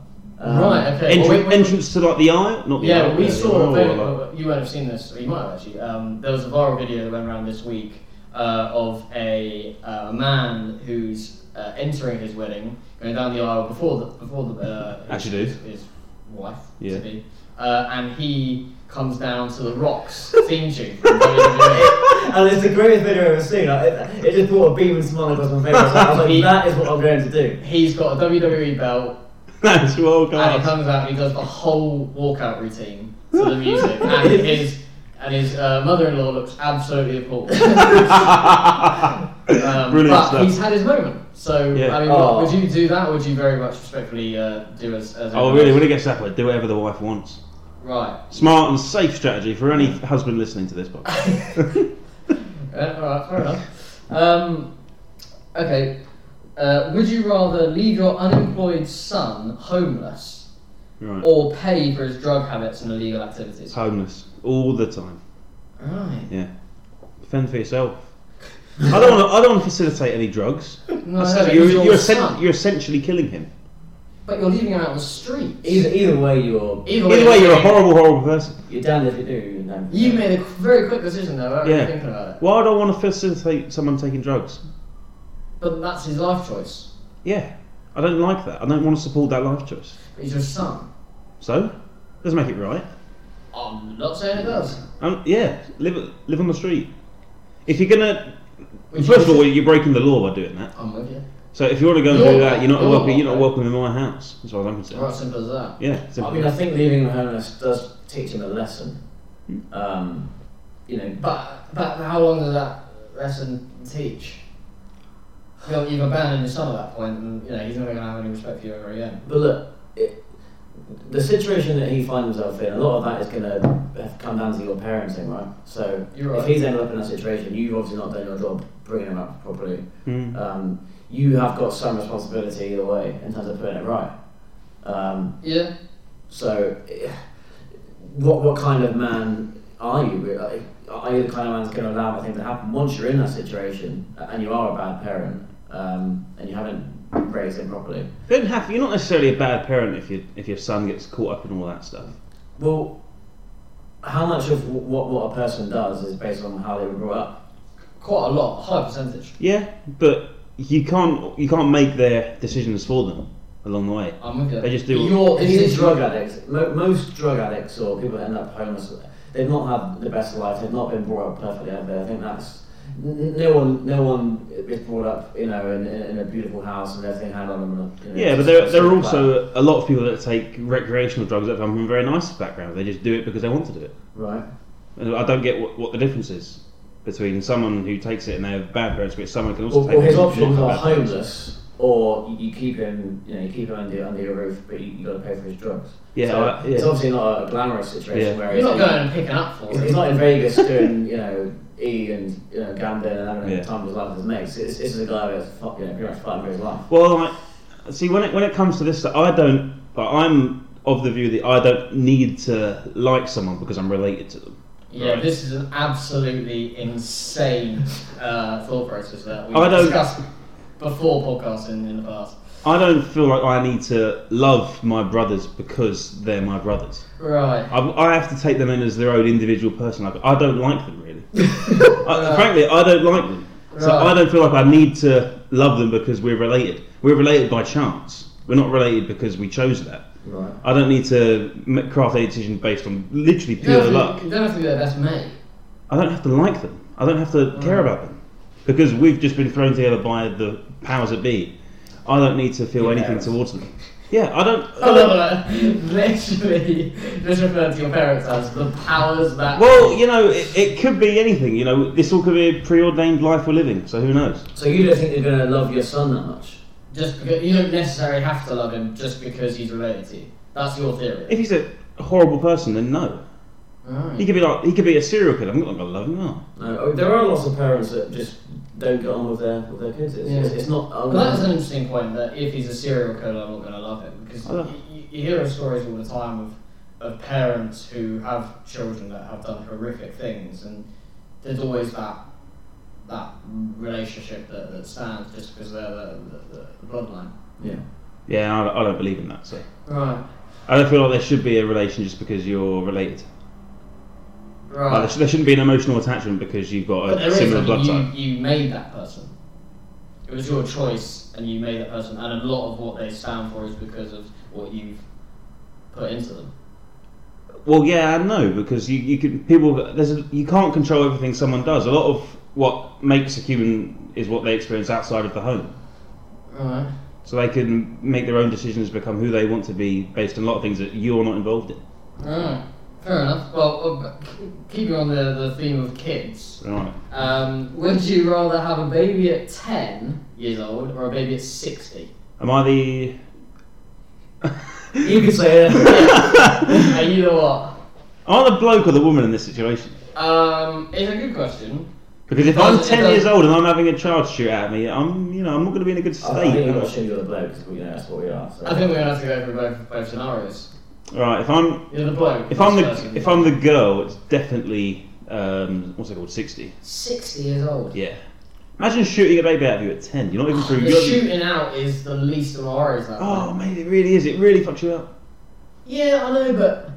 [SPEAKER 6] Um,
[SPEAKER 4] right. Okay.
[SPEAKER 2] Entr-
[SPEAKER 4] well, we- we-
[SPEAKER 2] entrance to like the aisle, not the
[SPEAKER 4] Yeah,
[SPEAKER 2] aisle,
[SPEAKER 4] we
[SPEAKER 2] the
[SPEAKER 4] saw.
[SPEAKER 2] aisle,
[SPEAKER 4] a
[SPEAKER 2] like-
[SPEAKER 4] video- you won't have seen this, or you might have actually. Um, there was a viral video that went around this week uh, of a, uh, a man who's uh, entering his wedding, going down the aisle before the before the uh, his-
[SPEAKER 2] As you do.
[SPEAKER 4] his, his wife
[SPEAKER 2] Yeah.
[SPEAKER 4] to be, uh, and he comes down to the rocks theme tune. from E. WWE.
[SPEAKER 6] And it's the greatest video I've ever seen. Like, it, it just brought a beam and smile across my face. I was like, that is what I'm going to do.
[SPEAKER 4] He's got a WWE belt.
[SPEAKER 2] That's world
[SPEAKER 4] And he
[SPEAKER 2] class.
[SPEAKER 4] comes out and he does the whole walkout routine to the music, and his and his uh, mother-in-law looks absolutely appalled. Um,
[SPEAKER 2] Brilliant
[SPEAKER 4] but
[SPEAKER 2] stuff.
[SPEAKER 4] he's had his moment. So
[SPEAKER 2] Yeah.
[SPEAKER 4] I mean,
[SPEAKER 6] Oh.
[SPEAKER 4] would you do that? Or would you very much respectfully uh, do as? as
[SPEAKER 2] Oh,
[SPEAKER 4] everyone
[SPEAKER 2] really?
[SPEAKER 4] else?
[SPEAKER 2] When it gets to that point, do whatever the wife wants.
[SPEAKER 4] Right.
[SPEAKER 2] Smart and safe strategy for any husband listening to this podcast.
[SPEAKER 4] Uh, all right. Fair enough. Um, okay. Uh, would you rather leave your unemployed son homeless
[SPEAKER 2] Right.
[SPEAKER 4] or pay for his drug habits and illegal activities?
[SPEAKER 2] Homeless all the time.
[SPEAKER 4] Right.
[SPEAKER 2] Yeah. Fend for yourself. I don't want to. I don't want to facilitate any drugs.
[SPEAKER 6] No,
[SPEAKER 2] That's-
[SPEAKER 6] no,
[SPEAKER 2] you're,
[SPEAKER 6] he's your
[SPEAKER 2] you're, essen-
[SPEAKER 6] son.
[SPEAKER 2] you're essentially killing him.
[SPEAKER 6] But you're leaving him out on the street. Either, either way, you're.
[SPEAKER 2] Either way, you're a horrible, horrible person.
[SPEAKER 6] You're damned if you do. You're damned.
[SPEAKER 4] You made a very quick decision though, without really thinking about
[SPEAKER 2] Yeah.
[SPEAKER 4] it.
[SPEAKER 2] Well, I don't want to facilitate someone taking drugs.
[SPEAKER 4] But that's his life choice.
[SPEAKER 2] Yeah, I don't like that. I don't want to support that life choice.
[SPEAKER 4] He's your son.
[SPEAKER 2] So, doesn't make it right.
[SPEAKER 4] I'm not saying it does.
[SPEAKER 2] Um, yeah, live live on the street. If you're gonna,
[SPEAKER 4] Would
[SPEAKER 2] first of
[SPEAKER 4] you-
[SPEAKER 2] all, you're breaking the law by doing that.
[SPEAKER 4] I'm with you.
[SPEAKER 2] So if you want to go and
[SPEAKER 4] You're-
[SPEAKER 2] do that, you're not
[SPEAKER 4] you're
[SPEAKER 2] welcome.
[SPEAKER 4] not
[SPEAKER 2] You're not
[SPEAKER 4] welcome.
[SPEAKER 2] welcome in my house. As far as I'm concerned.
[SPEAKER 4] Right, simple as that.
[SPEAKER 2] Yeah, simple.
[SPEAKER 6] I mean, I think leaving him homeless does teach him a lesson. Um, you know,
[SPEAKER 4] But but how long does that lesson teach? You're, you've abandoned your son at that point, and you know he's never going to have any respect for you ever again.
[SPEAKER 6] But look, it, the situation that he finds himself in, a lot of that is going to have come down to your parenting, right? So
[SPEAKER 4] You're
[SPEAKER 6] if
[SPEAKER 4] right.
[SPEAKER 6] he's ended up in that situation, you've obviously not done your job bringing him up properly.
[SPEAKER 2] Mm.
[SPEAKER 6] Um, you have got some responsibility either way in terms of putting it right. Um,
[SPEAKER 4] yeah.
[SPEAKER 6] So, eh, what what kind of man are you? really? Are you the kind of man that's going to allow that thing to happen once you're in that situation and you are a bad parent um, and you haven't raised him properly?
[SPEAKER 2] You don't have. You're not necessarily a bad parent if you if your son gets caught up in all that stuff.
[SPEAKER 6] Well, how much of wh- what what a person does is based on how they were brought up?
[SPEAKER 4] Quite a lot, high percentage.
[SPEAKER 2] Yeah, but you can't you can't make their decisions for them along the way.
[SPEAKER 6] Uh,
[SPEAKER 4] I'm with you.
[SPEAKER 2] They just do.
[SPEAKER 6] If you're a drug addict, mo- most drug addicts or people that end up homeless, they've not had the best life. They've not been brought up perfectly. Have they? I think that's n- no one. No one is brought up, you know, in, in in a beautiful house and everything had on them. You know,
[SPEAKER 2] yeah, but
[SPEAKER 6] just
[SPEAKER 2] there, there are
[SPEAKER 6] super bad.
[SPEAKER 2] also a lot of people that take recreational drugs that come from very nice backgrounds. They just do it because they want to do it.
[SPEAKER 6] right.
[SPEAKER 2] And I don't get what, what the difference is between someone who takes it and they have bad parents, which someone can also
[SPEAKER 6] Well,
[SPEAKER 2] take
[SPEAKER 6] well,
[SPEAKER 2] it
[SPEAKER 6] his
[SPEAKER 2] and not
[SPEAKER 6] options
[SPEAKER 2] have
[SPEAKER 6] are
[SPEAKER 2] bad parents.
[SPEAKER 6] homeless, or you you keep him, you know, you keep him under, under your roof, but you, you got to pay for his drugs.
[SPEAKER 2] Yeah,
[SPEAKER 6] so
[SPEAKER 2] I- yeah.
[SPEAKER 6] it's obviously not a glamorous
[SPEAKER 2] Yeah.
[SPEAKER 6] situation where
[SPEAKER 4] You're
[SPEAKER 6] he's
[SPEAKER 4] not going and picking up for
[SPEAKER 6] he's,
[SPEAKER 4] him.
[SPEAKER 6] he's not in Vegas doing, you know, E and you know, gambling and having
[SPEAKER 2] Yeah.
[SPEAKER 6] a time with his life with his mates. It's, it's a guy that's fu- you know, pretty much fighting for his life.
[SPEAKER 2] Well, like, see, when it when it comes to this, I don't. Like, I'm of the view that I don't need to like someone because I'm related to them.
[SPEAKER 4] Yeah, this is an absolutely insane uh, thought process that we
[SPEAKER 2] I don't-
[SPEAKER 4] discussed before podcasts in, in the past.
[SPEAKER 2] I don't feel like I need to love my brothers because they're my brothers.
[SPEAKER 4] Right.
[SPEAKER 2] I, I have to take them in as their own individual person. Like, I don't like them really. I, frankly, I don't like them. So
[SPEAKER 4] uh, Right.
[SPEAKER 2] I don't feel like I need to love them because we're related. We're related by chance. We're not related because we chose that.
[SPEAKER 6] Right.
[SPEAKER 2] I don't need to m- craft a decision based on literally
[SPEAKER 4] You don't,
[SPEAKER 2] pure
[SPEAKER 4] have
[SPEAKER 2] luck.
[SPEAKER 4] to, you don't have to be their best mate.
[SPEAKER 2] I don't have to like them. I don't have to care about them because we've just been thrown together by the powers that be. I don't need to feel anything towards them. Yeah, I don't.
[SPEAKER 4] I love that. Literally, just refer to your parents as the powers that.
[SPEAKER 2] Well, you know, it, it could be anything. You know, this all could be a preordained life we're living. So who knows?
[SPEAKER 6] So you don't think you're going to love your son that much?
[SPEAKER 4] Just because you don't necessarily have to love him just because he's related to you. That's your theory.
[SPEAKER 2] If he's a horrible person, then no. He could be like he could be a serial killer. I'm not gonna love him. Am
[SPEAKER 6] No, oh, there are lots of parents that just don't get on with their with their kids. It's, it's, it's not.
[SPEAKER 4] Well, that's an interesting point. That if he's a serial killer, I'm not going to love him because
[SPEAKER 6] I don't-
[SPEAKER 4] you, you hear of stories all the time of, of parents who have children that have done horrific things, and there's always that that relationship that, that stands just because they're the, the, the bloodline.
[SPEAKER 6] Yeah.
[SPEAKER 2] I? Yeah, I, I don't believe in that. So
[SPEAKER 4] Right.
[SPEAKER 2] I don't feel like there should be a relation just because you're related.
[SPEAKER 4] Right.
[SPEAKER 2] Like, there, sh- there shouldn't be an emotional attachment because you've got
[SPEAKER 4] But there
[SPEAKER 2] a
[SPEAKER 4] is,
[SPEAKER 2] similar
[SPEAKER 4] I mean,
[SPEAKER 2] blood
[SPEAKER 4] you,
[SPEAKER 2] type.
[SPEAKER 4] you made that person. It was your choice, and you made that person. And a lot of what they stand for is because of what you've put into them.
[SPEAKER 2] Well, yeah, and no, because you, you can people there's a, you can't control everything someone does. A lot of what makes a human is what they experience outside of the home.
[SPEAKER 4] Right.
[SPEAKER 2] So they can make their own decisions, become who they want to be, based on a lot of things that you're not involved in.
[SPEAKER 4] Right. Fair enough. Well, uh, k- keeping on the, the theme of kids,
[SPEAKER 2] Right.
[SPEAKER 4] um, would you rather have a baby at 10 years old or a baby at 60?
[SPEAKER 2] Am I the
[SPEAKER 6] You could say
[SPEAKER 4] that. you know what?
[SPEAKER 2] Am I the bloke or the woman in this situation?
[SPEAKER 4] Um, it's a good question.
[SPEAKER 2] Because if
[SPEAKER 4] It
[SPEAKER 2] I'm
[SPEAKER 4] does- it
[SPEAKER 2] ten
[SPEAKER 4] does-
[SPEAKER 2] years old and I'm having a child shoot at me, I'm you know I'm not going to be in a good
[SPEAKER 4] Oh,
[SPEAKER 6] I think
[SPEAKER 2] state.
[SPEAKER 6] you've got to shoot the other bloke 'cause, you know that's what we are. So.
[SPEAKER 4] I think we're going to have to go through both, both scenarios.
[SPEAKER 2] Right, if I'm
[SPEAKER 4] You're the bloke.
[SPEAKER 2] if I'm
[SPEAKER 4] That's
[SPEAKER 2] the
[SPEAKER 4] person.
[SPEAKER 2] if I'm the girl, it's definitely um, what's it called, sixty.
[SPEAKER 4] 60 years old.
[SPEAKER 2] Yeah,
[SPEAKER 4] Imagine shooting a baby out of you at 10. You're not even through.
[SPEAKER 9] The
[SPEAKER 4] you're-
[SPEAKER 9] shooting out is the least of my worries. That
[SPEAKER 4] Oh,
[SPEAKER 9] one.
[SPEAKER 4] mate, it really is. It really fucks you up.
[SPEAKER 9] Yeah, I know, but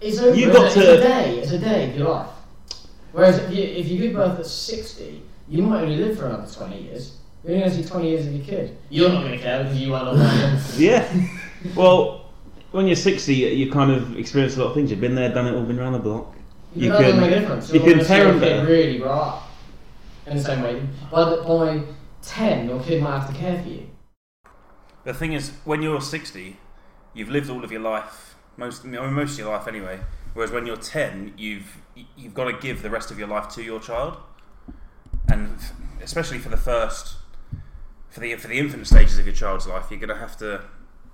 [SPEAKER 9] it's over.
[SPEAKER 4] You
[SPEAKER 9] isn't
[SPEAKER 4] got
[SPEAKER 9] it?
[SPEAKER 4] to-
[SPEAKER 9] It's a day. It's a day of your life. Whereas if you, if you give birth at sixty, you might only live for another twenty years. You're going to see twenty years of your kid. You're not going to care because you are not. there.
[SPEAKER 4] Yeah. well, when you're 60, you kind of experience a lot of things. You've been there, done it all, been around the block.
[SPEAKER 9] It doesn't make a difference.
[SPEAKER 4] You
[SPEAKER 9] You're
[SPEAKER 4] can
[SPEAKER 9] gonna see
[SPEAKER 4] parent
[SPEAKER 9] a kid
[SPEAKER 4] better.
[SPEAKER 9] really grow up. In the same way, by the, by ten, your kid might have to care for you.
[SPEAKER 2] The thing is, when you're 60, you've lived all of your life, most I mean, most of your life anyway. Whereas when you're 10, you've you've got to give the rest of your life to your child, and f- especially for the first, for the for the infant stages of your child's life, you're going to have to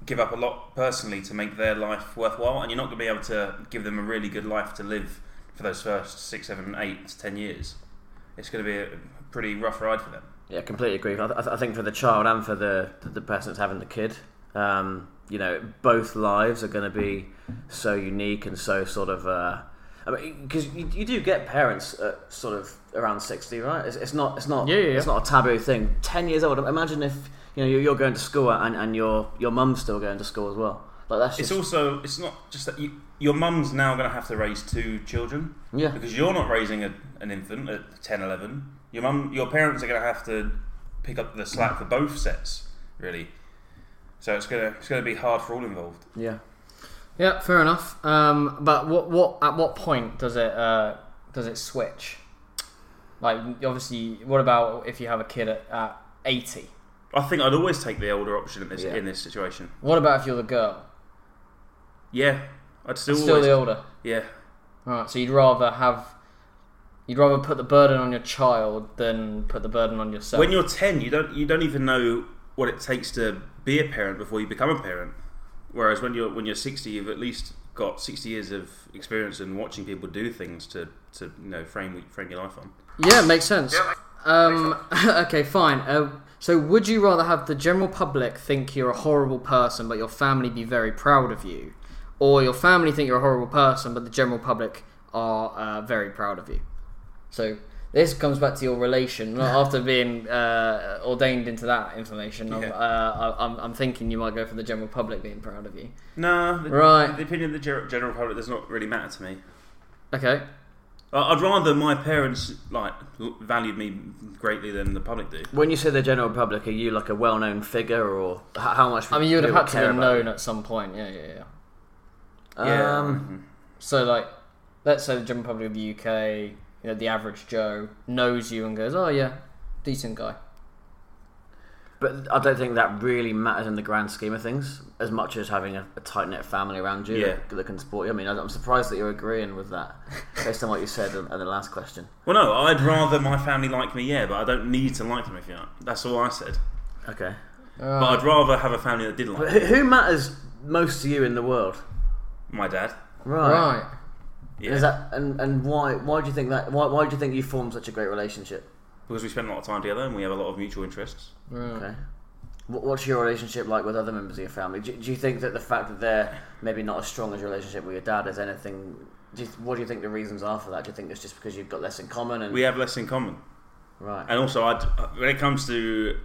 [SPEAKER 2] give up a lot personally to make their life worthwhile, and you're not going to be able to give them a really good life to live for those first six, seven, eight to ten years. It's going to be a pretty rough ride for them.
[SPEAKER 6] Yeah, completely agree. I, th- I think for the child and for the the person that's having the kid, um, you know, both lives are going to be so unique and so sort of. Uh, I mean, because you, you do get parents uh, sort of around sixty, right? It's, it's not, it's not, it's not a taboo thing. Ten years old. Imagine if you know you're, you're going to school and, and your your mum's still going to school as well. Like that's
[SPEAKER 2] it's
[SPEAKER 6] just
[SPEAKER 2] also it's not just that you, your mum's now going to have to raise two children
[SPEAKER 6] Yeah.
[SPEAKER 2] because you're not raising a, an infant at 10 11 your mum your parents are going to have to pick up the slack for both sets really so it's going to it's going to be hard for all involved
[SPEAKER 6] yeah
[SPEAKER 9] Yeah, fair enough. Um, but what what at what point does it uh, does it switch? Like obviously, what about if you have a kid at, at eighty?
[SPEAKER 2] i think i'd always take the older option in this in this situation
[SPEAKER 9] What about if you're the girl?
[SPEAKER 2] yeah i'd still
[SPEAKER 9] Still
[SPEAKER 2] always-
[SPEAKER 9] the older.
[SPEAKER 2] yeah
[SPEAKER 9] Alright, so you'd rather have you'd rather put the burden on your child than put the burden on yourself.
[SPEAKER 2] when you're 10 you don't you don't even know what it takes to be a parent before you become a parent whereas when you're when you're 60 you've at least got 60 years of experience in watching people do things to to you know frame frame your life on
[SPEAKER 9] Yeah, makes sense. Um, okay, fine. Uh, so, would you rather have the general public think you're a horrible person, but your family be very proud of you, or your family think you're a horrible person, but the general public are uh, very proud of you? So, this comes back to your relation. Not after being uh, ordained into that information, I'm,
[SPEAKER 2] Yeah.
[SPEAKER 9] uh, I- I'm, I'm thinking you might go for the general public being proud of you.
[SPEAKER 2] no the,
[SPEAKER 9] Right.
[SPEAKER 2] the opinion of the ger- general public does not really matter to me
[SPEAKER 9] Okay.
[SPEAKER 2] I- I'd rather my parents like l- valued me greatly than the public do.
[SPEAKER 6] When you say the general public, are you like a well-known figure, or h- how much?
[SPEAKER 9] I mean, you would have
[SPEAKER 6] people
[SPEAKER 9] had to
[SPEAKER 6] care
[SPEAKER 9] have
[SPEAKER 6] about
[SPEAKER 9] known at some point. Yeah, yeah, yeah.
[SPEAKER 6] Yeah. Um,
[SPEAKER 9] so like, let's say the general public of the UK, you know, the average Joe knows you and goes, "Oh yeah, decent guy."
[SPEAKER 6] But I don't think that really matters in the grand scheme of things as much as having a, a tight knit family around you
[SPEAKER 2] Yeah.
[SPEAKER 6] that, that can support you. I mean, I- I'm surprised that you're agreeing with that based on what you said in, in the last question.
[SPEAKER 2] Well, no, I'd rather my family like me, yeah, but I don't need to like them if you aren't. That's all I said.
[SPEAKER 6] Okay.
[SPEAKER 2] but I'd rather have a family that did like
[SPEAKER 6] But
[SPEAKER 2] me.
[SPEAKER 6] who, who matters most to you in the world?
[SPEAKER 2] My dad.
[SPEAKER 6] Right.
[SPEAKER 2] Right.
[SPEAKER 6] Is that and, and why why do you think that why, why do you think you formed such a great relationship?
[SPEAKER 2] Because we spend a lot of time together and we have a lot of mutual interests.
[SPEAKER 6] Okay. What, what's your relationship like with other members of your family? Do, do you think that the fact that they're maybe not as strong as your relationship with your dad is anything? Do you, what do you think the reasons are for that? Do you think it's just because you've got less in common? And
[SPEAKER 2] We have less in common.
[SPEAKER 6] Right.
[SPEAKER 2] And also, I'd, when it comes to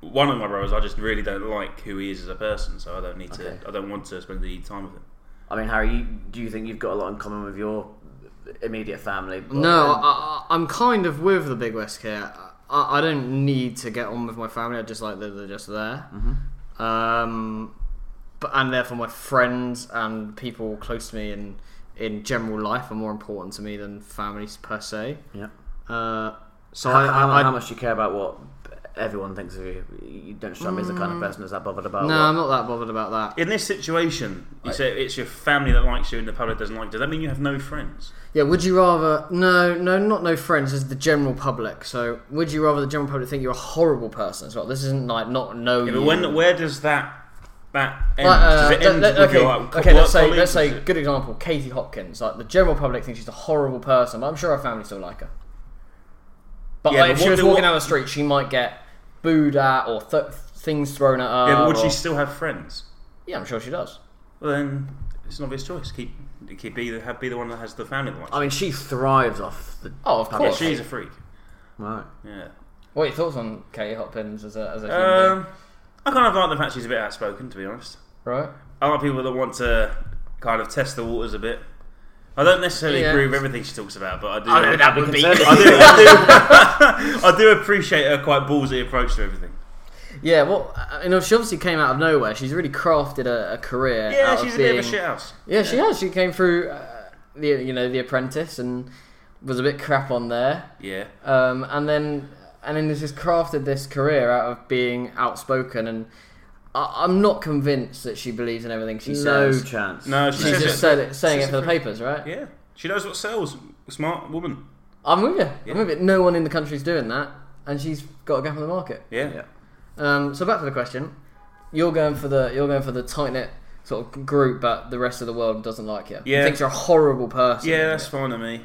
[SPEAKER 2] one of my brothers, I just really don't like who he is as a person, so I don't need
[SPEAKER 6] Okay.
[SPEAKER 2] to. I don't want to spend any time with him.
[SPEAKER 6] I mean, Harry, you, do you think you've got a lot in common with your immediate family?
[SPEAKER 9] No, I, I, I'm kind of with the Big West here. I, I don't need to get on with my family. I just like that they're just there.
[SPEAKER 6] Mhm.
[SPEAKER 9] Um, but and therefore my friends and people close to me in in general life are more important to me than families per se.
[SPEAKER 6] Yeah.
[SPEAKER 9] Uh, so
[SPEAKER 6] how,
[SPEAKER 9] I,
[SPEAKER 6] how,
[SPEAKER 9] I, I
[SPEAKER 6] how much do you care about what everyone thinks of you? You don't strike me as the kind of person that's that bothered about.
[SPEAKER 9] Mm. No,
[SPEAKER 6] what-
[SPEAKER 9] I'm not that bothered about that.
[SPEAKER 2] In this situation, you say it's your family that likes you and the public doesn't like you. Does that mean you have no friends?
[SPEAKER 9] Yeah, would you rather? No, no, not no friends. This is the general public. So, would you rather the general public think you're a horrible person as well? This isn't like not know
[SPEAKER 2] Yeah,
[SPEAKER 9] you.
[SPEAKER 2] but when, where does that that end?
[SPEAKER 9] Like, Mm. uh,
[SPEAKER 2] does it
[SPEAKER 9] let-
[SPEAKER 2] end
[SPEAKER 9] let-
[SPEAKER 2] with
[SPEAKER 9] okay,
[SPEAKER 2] your, like,
[SPEAKER 9] okay.
[SPEAKER 2] work
[SPEAKER 9] Let's say,
[SPEAKER 2] colleagues?
[SPEAKER 9] let's say, good example, Katie Hopkins. Like the general public thinks she's a horrible person, but I'm sure her family still like her. But
[SPEAKER 2] Yeah,
[SPEAKER 9] like,
[SPEAKER 2] but
[SPEAKER 9] if she
[SPEAKER 2] what
[SPEAKER 9] was
[SPEAKER 2] do-
[SPEAKER 9] walking
[SPEAKER 2] what-
[SPEAKER 9] down the street, she might get booed at or th- things thrown at her.
[SPEAKER 2] yeah, but would
[SPEAKER 9] or-
[SPEAKER 2] she still have friends?
[SPEAKER 9] Yeah, I'm sure she does.
[SPEAKER 2] Well, then it's an obvious choice. Keep keep be the have be the one that has the family that likes.
[SPEAKER 6] I mean, she thrives off the.
[SPEAKER 9] Oh, of
[SPEAKER 2] Yeah,
[SPEAKER 9] course.
[SPEAKER 2] she's a freak.
[SPEAKER 6] Right.
[SPEAKER 2] Yeah.
[SPEAKER 9] What are your thoughts on Katie Hopkins as a as a human
[SPEAKER 2] Um,
[SPEAKER 9] being?
[SPEAKER 2] I kind of like the fact she's a bit outspoken, to be honest.
[SPEAKER 9] Right.
[SPEAKER 2] I like people that want to kind of test the waters a bit. I don't necessarily
[SPEAKER 9] Yeah.
[SPEAKER 2] agree with everything she talks about, but I do.
[SPEAKER 9] I mean, that would be-
[SPEAKER 2] I do, I do, I do appreciate her quite ballsy approach to everything.
[SPEAKER 9] Yeah, well, I mean, she obviously came out of nowhere. She's really crafted a, a career.
[SPEAKER 2] Yeah,
[SPEAKER 9] out of
[SPEAKER 2] she's a
[SPEAKER 9] being,
[SPEAKER 2] bit of a shithouse.
[SPEAKER 9] Yeah, she has. She came through, uh, the you know, The Apprentice, and was a bit crap on there.
[SPEAKER 2] Yeah.
[SPEAKER 9] Um, and then and then she's crafted this career out of being outspoken, and I, I'm not convinced that she believes in everything she
[SPEAKER 2] No
[SPEAKER 9] says.
[SPEAKER 2] chance. No, she
[SPEAKER 9] she's
[SPEAKER 2] says
[SPEAKER 9] just
[SPEAKER 2] it-
[SPEAKER 9] said it, saying
[SPEAKER 2] says
[SPEAKER 9] it
[SPEAKER 2] it
[SPEAKER 9] for the
[SPEAKER 2] pretty-
[SPEAKER 9] papers, right?
[SPEAKER 2] Yeah, she knows what sells. Smart woman.
[SPEAKER 9] I'm with you.
[SPEAKER 2] Yeah.
[SPEAKER 9] I'm with you. No one in the country's doing that, and she's got a gap in the market.
[SPEAKER 2] Yeah. Yeah.
[SPEAKER 9] Um, so back to the question. You're going for the you're going for the tight knit sort of group, but the rest of the world doesn't like you.
[SPEAKER 2] Yeah.
[SPEAKER 9] Thinks you're a horrible person.
[SPEAKER 2] Yeah, that's fine to me.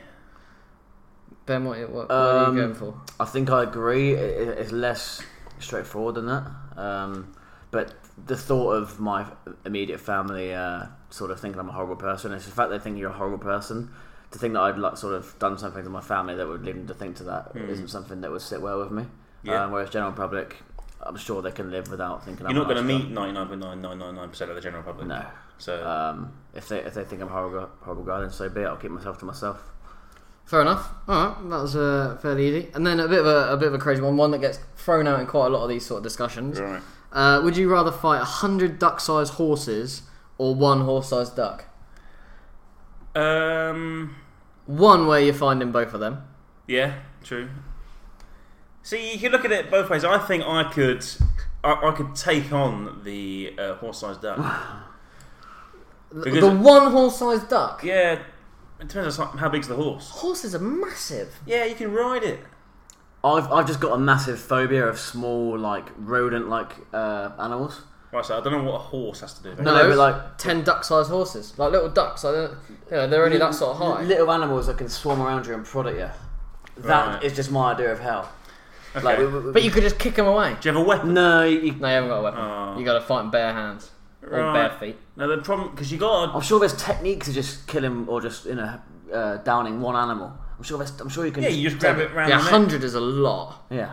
[SPEAKER 9] Ben, what, what, what are
[SPEAKER 2] Um,
[SPEAKER 9] you going for?
[SPEAKER 6] I think I agree. I- I- It's less straightforward than that. Um, but the thought of my immediate family uh, sort of thinking I'm a horrible person, it's the fact they think you're a horrible person. To think that I'd like sort of done something to my family that would lead them to think to that
[SPEAKER 2] Hmm.
[SPEAKER 6] not something that would sit well with me.
[SPEAKER 2] Yeah.
[SPEAKER 6] Um, whereas general public, I'm sure they can live without thinking.
[SPEAKER 2] You're
[SPEAKER 6] I'm
[SPEAKER 2] not going to
[SPEAKER 6] nasty.
[SPEAKER 2] meet 99.9999% of the general public.
[SPEAKER 6] No.
[SPEAKER 2] So
[SPEAKER 9] Uh,
[SPEAKER 6] um, if they if they think I'm a horrible horrible guy, then so be it. I'll keep myself to myself.
[SPEAKER 9] Fair enough. All right, that was uh, fairly easy. And then a bit of a, a bit of a crazy one, one that gets thrown out in quite a lot of these sort of discussions.
[SPEAKER 2] Right.
[SPEAKER 9] Uh, would you rather fight hundred duck-sized horses or one horse-sized duck?
[SPEAKER 2] Um,
[SPEAKER 9] one where you're finding both of them.
[SPEAKER 2] Yeah, true. See, you can look at it both ways. I think I could, I, I could take on the uh, horse-sized duck. Because-
[SPEAKER 9] the one horse-sized duck.
[SPEAKER 2] Yeah, it depends on how big's the horse.
[SPEAKER 9] Horses are massive.
[SPEAKER 2] Yeah, you can ride it.
[SPEAKER 6] I've I've just got a massive phobia of small like rodent like uh, animals.
[SPEAKER 2] Right, so I don't know what a horse has to do. with it.
[SPEAKER 6] No, but like
[SPEAKER 9] ten duck-sized horses, like little ducks. Like they're, you know, they're only that sort of high.
[SPEAKER 6] Little animals that can swarm around you and prod at you. That is
[SPEAKER 9] Right.
[SPEAKER 6] just my idea of hell.
[SPEAKER 9] Okay.
[SPEAKER 6] Like, we- we-
[SPEAKER 9] but you could just kick them away.
[SPEAKER 2] Do you have a weapon?
[SPEAKER 6] No, you,
[SPEAKER 9] no, you haven't got a weapon. You got to fight in bare hands or
[SPEAKER 6] Oh. Right.
[SPEAKER 9] bare feet. Oh,
[SPEAKER 2] No, the problem because you got.
[SPEAKER 6] I'm sure there's techniques to just kill him or just you know uh, downing one animal. I'm sure there's, I'm sure you can.
[SPEAKER 2] Yeah, you just grab it round
[SPEAKER 9] Yeah,
[SPEAKER 2] the neck.
[SPEAKER 9] hundred is a lot.
[SPEAKER 6] Yeah.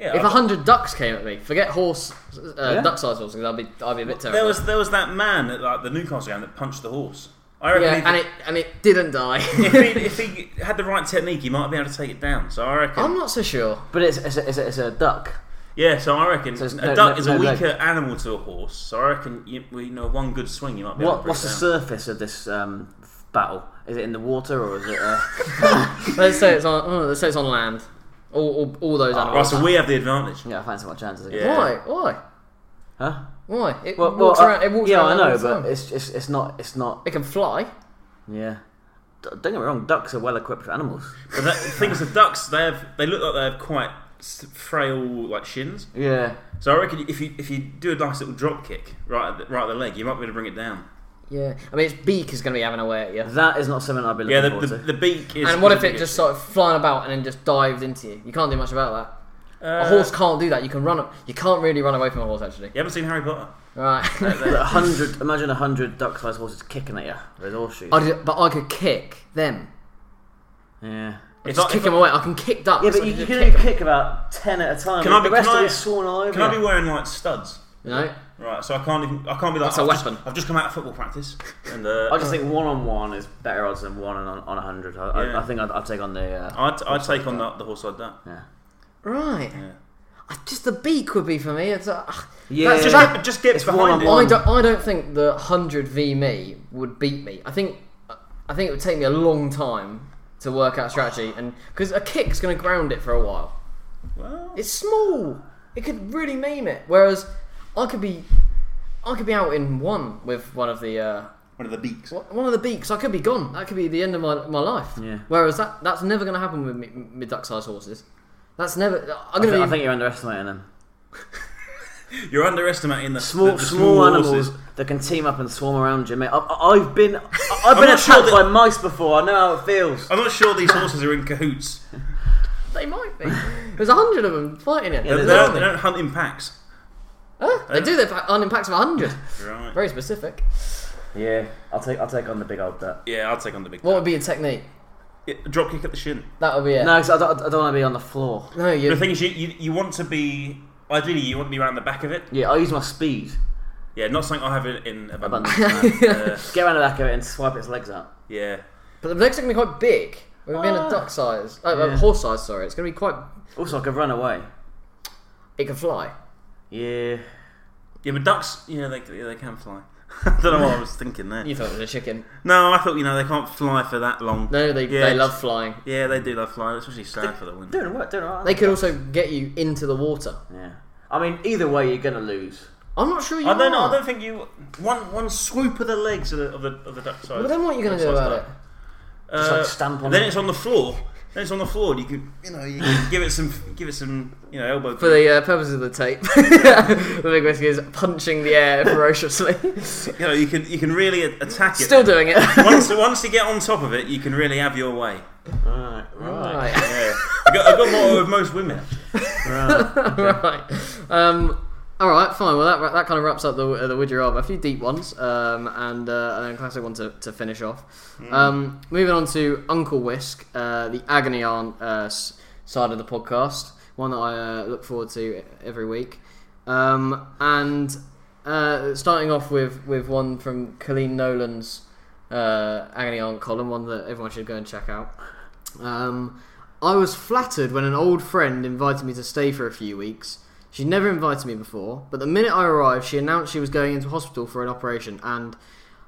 [SPEAKER 2] Yeah,
[SPEAKER 9] if
[SPEAKER 2] I-
[SPEAKER 9] hundred ducks came at me, forget horse, uh,
[SPEAKER 2] Yeah.
[SPEAKER 9] duck-sized horses. I'd be, I'd be a bit terrified.
[SPEAKER 2] There was there was that man at like the Newcastle game that punched the horse. I reckon
[SPEAKER 9] yeah,
[SPEAKER 2] if,
[SPEAKER 9] and it and it didn't die.
[SPEAKER 2] if, he, if he had the right technique, he might have been able to take it down. So I reckon.
[SPEAKER 9] I'm not so sure.
[SPEAKER 6] But it's it's a, it's a, it's a duck.
[SPEAKER 2] Yeah, so I reckon
[SPEAKER 6] it's
[SPEAKER 2] a
[SPEAKER 6] no-
[SPEAKER 2] duck
[SPEAKER 6] no-
[SPEAKER 2] is a
[SPEAKER 6] no leg.
[SPEAKER 2] weaker animal to a horse. So I reckon you, well, you know one good swing you might be able
[SPEAKER 6] What
[SPEAKER 2] to.
[SPEAKER 6] what's the surface of this um, battle? Is it in the water or is it? Uh...
[SPEAKER 9] let's say it's on. oh, let's say it's on land. All, all, all
[SPEAKER 6] Ah,
[SPEAKER 9] those
[SPEAKER 2] Right,
[SPEAKER 9] animals.
[SPEAKER 2] so we have the advantage.
[SPEAKER 6] Yeah, I fancy my chances. again.
[SPEAKER 9] Why? Why?
[SPEAKER 6] Huh?
[SPEAKER 9] Why? It
[SPEAKER 6] Well,
[SPEAKER 9] walks
[SPEAKER 6] well, uh,
[SPEAKER 9] around. It walks
[SPEAKER 6] yeah,
[SPEAKER 9] around
[SPEAKER 6] I
[SPEAKER 9] all
[SPEAKER 6] know,
[SPEAKER 9] the
[SPEAKER 6] but
[SPEAKER 9] time.
[SPEAKER 6] it's, it's it's not it's not.
[SPEAKER 9] It can fly.
[SPEAKER 6] Yeah. D- Don't get me wrong. Ducks are well equipped animals.
[SPEAKER 2] But that, the thing is, the ducks they have they look like they have quite s- frail like shins.
[SPEAKER 6] Yeah.
[SPEAKER 2] So I reckon if you if you do a nice little drop kick right at the, right at the leg, you might be able to bring it down.
[SPEAKER 9] Yeah, I mean its beak is going to be having a way at you.
[SPEAKER 6] That is not something I'd be
[SPEAKER 2] Yeah, the, the, the beak is.
[SPEAKER 9] and what
[SPEAKER 2] is
[SPEAKER 9] if
[SPEAKER 2] the
[SPEAKER 9] it
[SPEAKER 2] biggest.
[SPEAKER 9] just sort of flying about and then just dived into you? You can't do much about that. a
[SPEAKER 2] Uh,
[SPEAKER 9] horse can't do that. You can run. You can't really run away from a horse actually.
[SPEAKER 2] You haven't seen Harry Potter.
[SPEAKER 9] Right.
[SPEAKER 6] a hundred. Imagine a hundred duck-sized horses kicking at you with horseshoes.
[SPEAKER 9] I did- but I could kick them.
[SPEAKER 6] Yeah.
[SPEAKER 9] I
[SPEAKER 6] It's
[SPEAKER 9] just
[SPEAKER 6] like-
[SPEAKER 9] kick them away. I can kick ducks.
[SPEAKER 6] Yeah, but
[SPEAKER 9] I
[SPEAKER 6] you, you
[SPEAKER 9] just
[SPEAKER 6] can
[SPEAKER 9] kick
[SPEAKER 6] only kick about ten at a time.
[SPEAKER 2] Can I be
[SPEAKER 6] the rest
[SPEAKER 2] can
[SPEAKER 6] of
[SPEAKER 2] I,
[SPEAKER 6] it's sworn over.
[SPEAKER 2] Can I be wearing like studs?
[SPEAKER 9] No.
[SPEAKER 2] Right, so I can't even. I can't be like.
[SPEAKER 6] That's a
[SPEAKER 2] I've just- I've just come out of football practice, and uh,
[SPEAKER 6] I just think one on one is better odds than one on on a hundred. I,
[SPEAKER 2] Yeah.
[SPEAKER 6] I, I think I'd, I'd take on the. Uh,
[SPEAKER 2] I'd, I'd take on the, the horse I'd done.
[SPEAKER 6] Yeah.
[SPEAKER 9] Right. I, just the beak would be for me. It's a,
[SPEAKER 2] Yeah.
[SPEAKER 9] that's
[SPEAKER 2] Just
[SPEAKER 9] that-
[SPEAKER 2] get- just get It's behind
[SPEAKER 9] I
[SPEAKER 2] one-on-one. it.
[SPEAKER 9] don't. I don't think the hundred v me would beat me. I think. I think it would take me a long time to work out strategy, and because a kick's going to ground it for a while.
[SPEAKER 2] Well.
[SPEAKER 9] It's small. It could really maim it. Whereas I could be, I could be out in one with one of the. Uh,
[SPEAKER 2] one of the beaks.
[SPEAKER 9] One of the beaks. I could be gone. That could be the end of my, my life.
[SPEAKER 6] Yeah.
[SPEAKER 9] Whereas that that's never going to happen with me, with duck-sized horses. That's never. I'm
[SPEAKER 6] I,
[SPEAKER 9] going
[SPEAKER 6] thi-
[SPEAKER 9] to be.
[SPEAKER 6] I think you're underestimating them.
[SPEAKER 2] You're underestimating the
[SPEAKER 6] Small,
[SPEAKER 2] the, the
[SPEAKER 6] small, animals
[SPEAKER 2] horses.
[SPEAKER 6] that can team up and swarm around you, mate. I, I, I've been, I,
[SPEAKER 2] I'm
[SPEAKER 6] have been
[SPEAKER 2] not
[SPEAKER 6] attacked
[SPEAKER 2] sure
[SPEAKER 6] by mice before. I know how it feels.
[SPEAKER 2] I'm not sure these horses are in cahoots.
[SPEAKER 9] They might be. There's a hundred of them fighting it.
[SPEAKER 2] they, they don't, they don't hunt in packs.
[SPEAKER 9] Huh? They do. They're pa- on in packs of a hundred.
[SPEAKER 2] Right.
[SPEAKER 9] Very specific.
[SPEAKER 6] Yeah, I'll take, I'll take on the big old duck.
[SPEAKER 2] Yeah, I'll take on the big.
[SPEAKER 9] What would be your technique?
[SPEAKER 2] drop kick at the shin.
[SPEAKER 6] That'll be it.
[SPEAKER 10] No, 'cause I don't, I don't want to be on the floor.
[SPEAKER 6] No, you-
[SPEAKER 2] The thing is, you, you you want to be ideally you want to be around the back of it.
[SPEAKER 6] Yeah, I use my speed.
[SPEAKER 2] Yeah, not something I have in, in abundance.
[SPEAKER 6] Abundance.
[SPEAKER 2] man. Uh,
[SPEAKER 6] Get around the back of it and swipe its legs out.
[SPEAKER 2] yeah.
[SPEAKER 9] But the legs are going to be quite big. We're going to be in a duck size. Oh, a
[SPEAKER 6] Yeah.
[SPEAKER 9] horse size, sorry. It's going to be quite.
[SPEAKER 6] Also, I could run away.
[SPEAKER 9] It can fly.
[SPEAKER 6] Yeah.
[SPEAKER 2] Yeah, but ducks, you know, they, they can fly. I don't know what I was thinking there.
[SPEAKER 9] You thought it was a chicken.
[SPEAKER 2] No, I thought, you know, they can't fly for that long.
[SPEAKER 9] No, they- they love flying.
[SPEAKER 2] Yeah, they do love flying. It's actually sad for the winter.
[SPEAKER 6] Doing what? Doing what?
[SPEAKER 9] They could also get you into the water.
[SPEAKER 6] Yeah. I mean, either way, you're gonna lose.
[SPEAKER 9] I'm not sure you
[SPEAKER 2] I don't know.
[SPEAKER 9] are.
[SPEAKER 2] I don't think you. One one swoop of the legs of the, of the, of the duck side.
[SPEAKER 9] Well, then what are you gonna do about it?
[SPEAKER 6] Just, like, stamp on
[SPEAKER 2] Then
[SPEAKER 6] it.
[SPEAKER 2] it's on the floor. Then it's on the floor. And you can, you know, you can give it some, give it some, you know, elbow.
[SPEAKER 9] For the uh, purposes of the tape, the big whiskey is punching the air ferociously.
[SPEAKER 2] you know, you can, you can really a- attack it.
[SPEAKER 9] Still doing it.
[SPEAKER 2] once, once you get on top of it, you can really have your way.
[SPEAKER 6] Right.
[SPEAKER 9] Right.
[SPEAKER 2] Yeah. I got, I got more with most women.
[SPEAKER 9] right. Um, all right. Fine. Well, that that kind of wraps up the uh, the Would You Rather. A few deep ones, um, and, uh, and then a classic one to, to finish off.
[SPEAKER 11] Mm.
[SPEAKER 9] Um, moving on to Uncle Whisk, uh, the agony aunt uh, s- side of the podcast, one that I uh, look forward to every week, um, and uh, starting off with with one from Colleen Nolan's uh, agony aunt column, one that everyone should go and check out. Um, I was flattered when an old friend invited me to stay for a few weeks. She'd never invited me before, but the minute I arrived, she announced she was going into hospital for an operation, and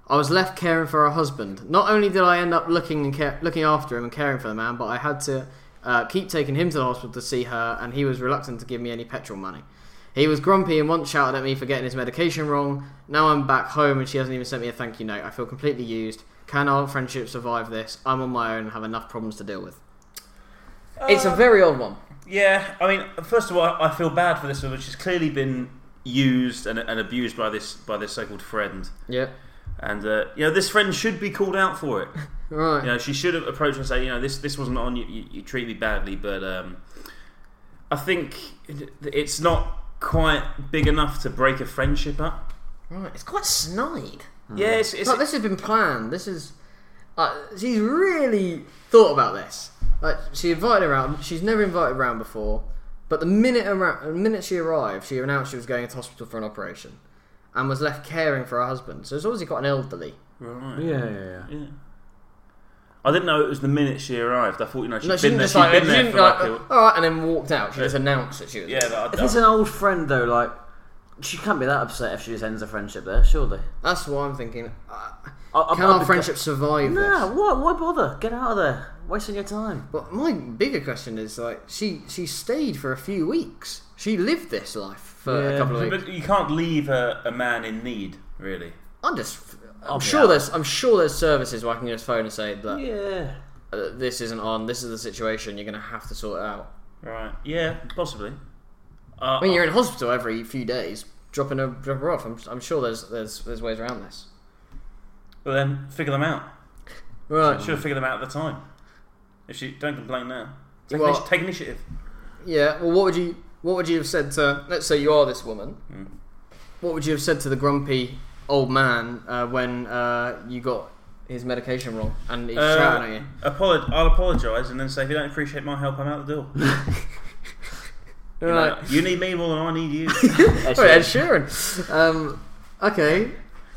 [SPEAKER 9] I was left caring for her husband. Not only did I end up looking and care- looking after him and caring for the man, but I had to uh, keep taking him to the hospital to see her, and he was reluctant to give me any petrol money. He was grumpy and once shouted at me for getting his medication wrong. Now I'm back home and she hasn't even sent me a thank you note. I feel completely used. Can our friendship survive this? I'm on my own and have enough problems to deal with. it's a very old one.
[SPEAKER 2] Yeah, I mean, first of all, I feel bad for this one, which has clearly been used and, and abused by this by this so-called friend.
[SPEAKER 9] Yeah.
[SPEAKER 2] And uh, you know, this friend should be called out for it.
[SPEAKER 9] Right.
[SPEAKER 2] You know, she should have approached and say, you know, this this wasn't on you. You, you treat me badly, but um, I think it- it's not quite big enough to break a friendship up.
[SPEAKER 9] Right. It's quite snide.
[SPEAKER 2] Yeah, it's- it's-
[SPEAKER 9] like, Oh, this has been planned. This is. Uh, she's really thought about this. Like she invited her out. She's never invited round before. But the minute around, the minute she arrived, she announced she was going into hospital for an operation, and was left caring for her husband. So it's obviously quite an elderly.
[SPEAKER 2] Right.
[SPEAKER 6] Yeah, yeah,
[SPEAKER 2] yeah. I didn't know it was the minute she arrived. I thought, you know, she
[SPEAKER 9] No,
[SPEAKER 2] had
[SPEAKER 9] she
[SPEAKER 2] been
[SPEAKER 9] didn't just
[SPEAKER 2] there. She'd
[SPEAKER 9] like,
[SPEAKER 2] been
[SPEAKER 9] she
[SPEAKER 2] there
[SPEAKER 9] didn't
[SPEAKER 2] for like.
[SPEAKER 9] like,
[SPEAKER 2] a-
[SPEAKER 9] all right, and then walked out. She just announced that she was.
[SPEAKER 2] Yeah, that,
[SPEAKER 6] If it's an old friend though, like she can't be that upset if she just ends the friendship there, surely.
[SPEAKER 9] That's what I'm thinking. Uh,
[SPEAKER 6] I-
[SPEAKER 9] can
[SPEAKER 6] I'd
[SPEAKER 9] our
[SPEAKER 6] be-
[SPEAKER 9] friendship survive this?
[SPEAKER 6] Nah, why, why bother? Get out of there. Wasting your time.
[SPEAKER 9] But my bigger question is like she she stayed for a few weeks. She lived this life for a couple of weeks.
[SPEAKER 2] But you can't leave a, a man in need, really.
[SPEAKER 9] I'm just I'm sure there's I'm sure there's services where I can just phone and say that
[SPEAKER 6] Yeah.
[SPEAKER 9] uh, this isn't on. This is the situation. You're gonna have to sort it out.
[SPEAKER 2] Right. Yeah, possibly. Uh,
[SPEAKER 9] I mean, you're in hospital every few days, dropping her, drop her off. I'm, I'm sure there's there's there's ways around this.
[SPEAKER 2] Well, then figure them out.
[SPEAKER 9] Right.
[SPEAKER 2] Should have figured them out at the time. If she don't complain now, take,
[SPEAKER 9] Well-
[SPEAKER 2] initi- take initiative.
[SPEAKER 9] Yeah. Well, what would you what would you have said to let's say you are this woman? What would you have said to the grumpy old man uh, when uh, you got his medication wrong and he's
[SPEAKER 2] Uh,
[SPEAKER 9] shouting at you?
[SPEAKER 2] apolo- I'll apologise and then say if you don't appreciate my help, I'm out the door. you, know,
[SPEAKER 9] Right.
[SPEAKER 2] you need me more than I need you.
[SPEAKER 9] Sorry, Ed Sheeran. Um, okay.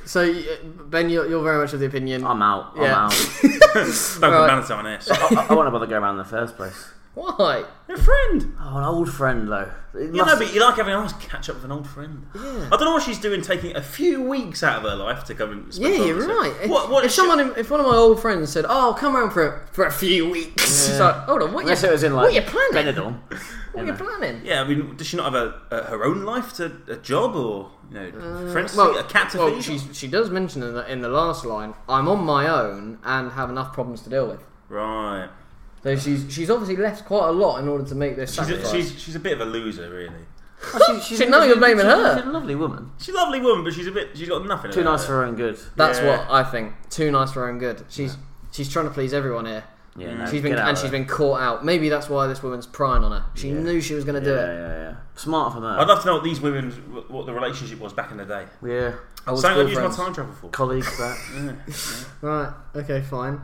[SPEAKER 9] So y- Ben, you're, you're very much of the opinion.
[SPEAKER 6] I'm out. I'm
[SPEAKER 9] Yeah.
[SPEAKER 6] out.
[SPEAKER 2] Don't complain to someone else.
[SPEAKER 6] I, I, I won't bother going around in the first place.
[SPEAKER 9] Why?
[SPEAKER 2] A friend.
[SPEAKER 6] Oh, an old friend though. It
[SPEAKER 2] You know,
[SPEAKER 6] must-
[SPEAKER 2] but you like having a nice catch up with an old friend.
[SPEAKER 9] Yeah.
[SPEAKER 2] I don't know what she's doing, taking a few weeks out of her life to come and. Spend
[SPEAKER 9] Yeah,
[SPEAKER 2] time
[SPEAKER 9] you're
[SPEAKER 2] with
[SPEAKER 9] right.
[SPEAKER 2] her.
[SPEAKER 9] If,
[SPEAKER 2] What? What?
[SPEAKER 9] if someone, if one of my old friends said, "Oh, come around for a, for a few weeks," it's
[SPEAKER 6] Yeah.
[SPEAKER 9] like, hold on, what
[SPEAKER 6] Unless
[SPEAKER 9] you,
[SPEAKER 6] it was in like
[SPEAKER 9] what you planning?
[SPEAKER 6] Benidorm.
[SPEAKER 9] What you planning?
[SPEAKER 2] Yeah, I mean, does she not have a, a her own life to a job or you know friends? to
[SPEAKER 9] Uh, well,
[SPEAKER 2] see, a cat to
[SPEAKER 9] well
[SPEAKER 2] feed?
[SPEAKER 9] she she does mention in the, in the last line, "I'm on my own and have enough problems to deal with."
[SPEAKER 2] Right.
[SPEAKER 9] So she's she's obviously left quite a lot in order to make this
[SPEAKER 2] She's a,
[SPEAKER 9] sacrifice.
[SPEAKER 2] she's, she's a bit of a loser, really.
[SPEAKER 6] Oh, she-
[SPEAKER 9] Shit, now you're blaming
[SPEAKER 6] she's-
[SPEAKER 9] her.
[SPEAKER 6] She's a lovely woman.
[SPEAKER 2] She's a lovely woman, but she's a bit. She's got nothing.
[SPEAKER 6] Too
[SPEAKER 2] about
[SPEAKER 6] nice
[SPEAKER 2] her.
[SPEAKER 6] for her own good.
[SPEAKER 9] That's
[SPEAKER 2] Yeah.
[SPEAKER 9] what I think. Too nice for her own good. She's she's trying to please everyone here.
[SPEAKER 6] Yeah, no,
[SPEAKER 9] she's been
[SPEAKER 6] get out
[SPEAKER 9] and
[SPEAKER 6] of
[SPEAKER 9] she's
[SPEAKER 6] there.
[SPEAKER 9] been caught out. Maybe that's why this woman's prying on her. She knew she was going to do
[SPEAKER 6] Yeah,
[SPEAKER 9] it.
[SPEAKER 6] yeah, yeah. Smart for that.
[SPEAKER 2] I'd love to know what these women's what the relationship was back in the day.
[SPEAKER 6] Yeah.
[SPEAKER 9] Old
[SPEAKER 2] Something
[SPEAKER 9] school
[SPEAKER 2] I'd use my
[SPEAKER 9] friends.
[SPEAKER 2] time travel for.
[SPEAKER 6] Colleagues, that.
[SPEAKER 2] Yeah.
[SPEAKER 9] Right. Okay. Fine.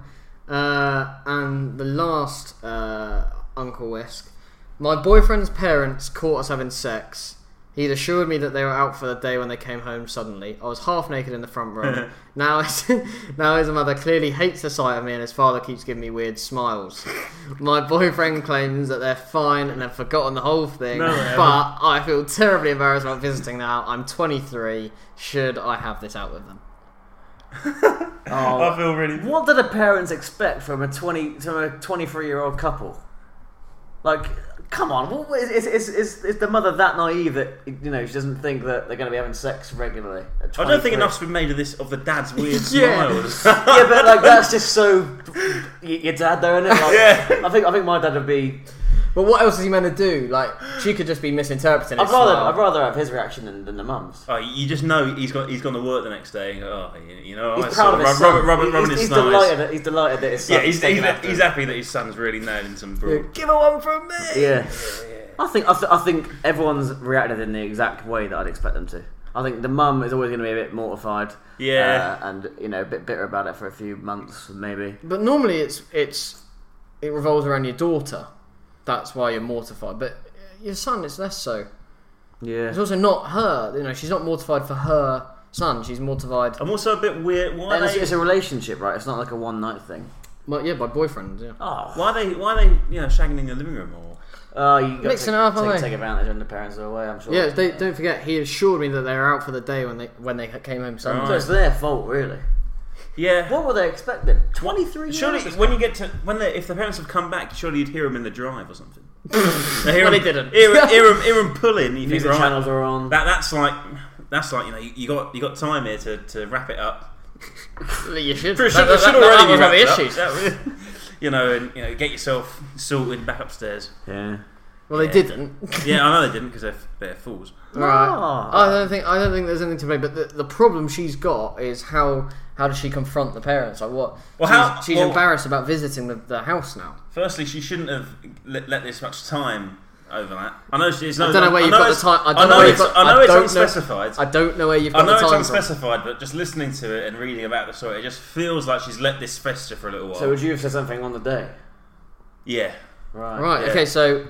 [SPEAKER 9] Uh, and the last uh, Uncle Whisk. My boyfriend's parents caught us having sex. He'd assured me that they were out for the day when they came home suddenly. I was half naked in the front room. now, his, now his mother clearly hates the sight of me, and his father keeps giving me weird smiles. My boyfriend claims that they're fine and have forgotten the whole thing,
[SPEAKER 2] No, they
[SPEAKER 9] but I feel terribly embarrassed about visiting now. I'm 23. Should I have this out with them?
[SPEAKER 2] I feel really.
[SPEAKER 6] What do the parents expect from a twenty from a twenty-three year old couple? Like, come on, what, what- is, is, is, is the mother that naive that you know she doesn't think that they're going to be having sex regularly? at
[SPEAKER 2] I don't think
[SPEAKER 6] 23?
[SPEAKER 2] enough's been made of this of the dad's weird
[SPEAKER 6] Yeah.
[SPEAKER 2] smiles.
[SPEAKER 6] yeah, but like that's just so y- your dad though, isn't it? Like,
[SPEAKER 9] Yeah.
[SPEAKER 6] I think I think my dad would be.
[SPEAKER 9] But what else is he meant to do? Like, she could just be misinterpreting
[SPEAKER 6] I'd
[SPEAKER 9] his
[SPEAKER 6] rather
[SPEAKER 9] smile.
[SPEAKER 6] I'd rather have his reaction than, than the mum's.
[SPEAKER 2] Oh, you just know he's got he's gone to work the next day. and go, Oh, you- you know,
[SPEAKER 6] He's
[SPEAKER 2] I
[SPEAKER 6] proud
[SPEAKER 2] saw
[SPEAKER 6] of his
[SPEAKER 2] rub-
[SPEAKER 6] son.
[SPEAKER 2] rub- rub-
[SPEAKER 6] He's-
[SPEAKER 2] rubbing his
[SPEAKER 6] he's
[SPEAKER 2] snives.
[SPEAKER 6] delighted that- he's delighted that his
[SPEAKER 2] Yeah,
[SPEAKER 6] son's
[SPEAKER 2] he's,
[SPEAKER 6] taken
[SPEAKER 2] he's,
[SPEAKER 6] after
[SPEAKER 2] he's
[SPEAKER 6] him.
[SPEAKER 2] happy that his son's really nailing some
[SPEAKER 6] Yeah,
[SPEAKER 2] broad.
[SPEAKER 6] give
[SPEAKER 9] her one from me.
[SPEAKER 6] Yeah. I think I, th- I think everyone's reacted in the exact way that I'd expect them to. I think the mum is always going to be a bit mortified,
[SPEAKER 9] Yeah.
[SPEAKER 6] uh, and you know a bit bitter about it for a few months maybe.
[SPEAKER 9] But normally it's it's it revolves around your daughter. That's why you're mortified. But uh, your son is less so.
[SPEAKER 6] Yeah.
[SPEAKER 9] It's also not her. You know, she's not mortified for her son. She's mortified.
[SPEAKER 2] I'm also a bit weird. Why
[SPEAKER 6] And it's,
[SPEAKER 2] they-
[SPEAKER 6] it's a relationship, right? It's not like a one night thing.
[SPEAKER 9] Well, yeah, by boyfriend. Yeah.
[SPEAKER 6] Oh.
[SPEAKER 2] Why are they why are they you know shagging in the living room or?
[SPEAKER 6] Oh, you gotta
[SPEAKER 9] Mixing
[SPEAKER 6] take,
[SPEAKER 9] it up,
[SPEAKER 6] take,
[SPEAKER 9] aren't
[SPEAKER 6] take
[SPEAKER 9] they?
[SPEAKER 6] advantage when the parents are away. I'm sure.
[SPEAKER 9] Yeah, they, don't forget. He assured me that they were out for the day when they when they came home Sunday.
[SPEAKER 6] So it's their fault, really.
[SPEAKER 2] Yeah.
[SPEAKER 6] What were they expecting? Twenty three.
[SPEAKER 2] Surely, when you get to when the, if the parents have come back, surely you'd hear them in the drive or something. They
[SPEAKER 9] Well,
[SPEAKER 2] them-
[SPEAKER 9] they didn't.
[SPEAKER 2] Hear, them- hear them, hear them pulling. You
[SPEAKER 6] Music
[SPEAKER 2] think, right,
[SPEAKER 6] channels are on.
[SPEAKER 2] That, that's like that's like you know you, you got you got time here to, to wrap it up.
[SPEAKER 9] You should.
[SPEAKER 2] There
[SPEAKER 9] that- that- that was one of the
[SPEAKER 2] wrapped up.
[SPEAKER 9] issues.
[SPEAKER 2] That was- you know, and you know, get yourself sorted back upstairs.
[SPEAKER 6] Yeah.
[SPEAKER 9] Well, they didn't.
[SPEAKER 2] yeah, I know they didn't because they're they're fools.
[SPEAKER 9] Right.
[SPEAKER 2] Ah.
[SPEAKER 9] I don't think I don't think there's anything to blame. But the, the problem she's got is how how does she confront the parents? Like what?
[SPEAKER 2] Well,
[SPEAKER 9] she's
[SPEAKER 2] how-
[SPEAKER 9] she's
[SPEAKER 2] well-
[SPEAKER 9] embarrassed about visiting the, the house now.
[SPEAKER 2] Firstly, she shouldn't have let, let this much time overlap. I know she- it's no.
[SPEAKER 9] I don't know where
[SPEAKER 2] I
[SPEAKER 9] you've
[SPEAKER 2] know
[SPEAKER 9] got the
[SPEAKER 2] it's-
[SPEAKER 9] time. I don't know
[SPEAKER 2] know
[SPEAKER 9] where
[SPEAKER 2] it's
[SPEAKER 9] you've got-
[SPEAKER 2] I know
[SPEAKER 9] I
[SPEAKER 2] it's
[SPEAKER 9] don't know-
[SPEAKER 2] unspecified.
[SPEAKER 9] I don't know where you've got
[SPEAKER 2] I know
[SPEAKER 9] the
[SPEAKER 2] it's
[SPEAKER 9] time from.
[SPEAKER 2] unspecified, but just listening to it and reading about the story, it just feels like she's let this fester for a little while.
[SPEAKER 6] So would you have said something on the day?
[SPEAKER 2] yeah.
[SPEAKER 6] Right.
[SPEAKER 9] Right.
[SPEAKER 2] Yeah.
[SPEAKER 9] Okay. So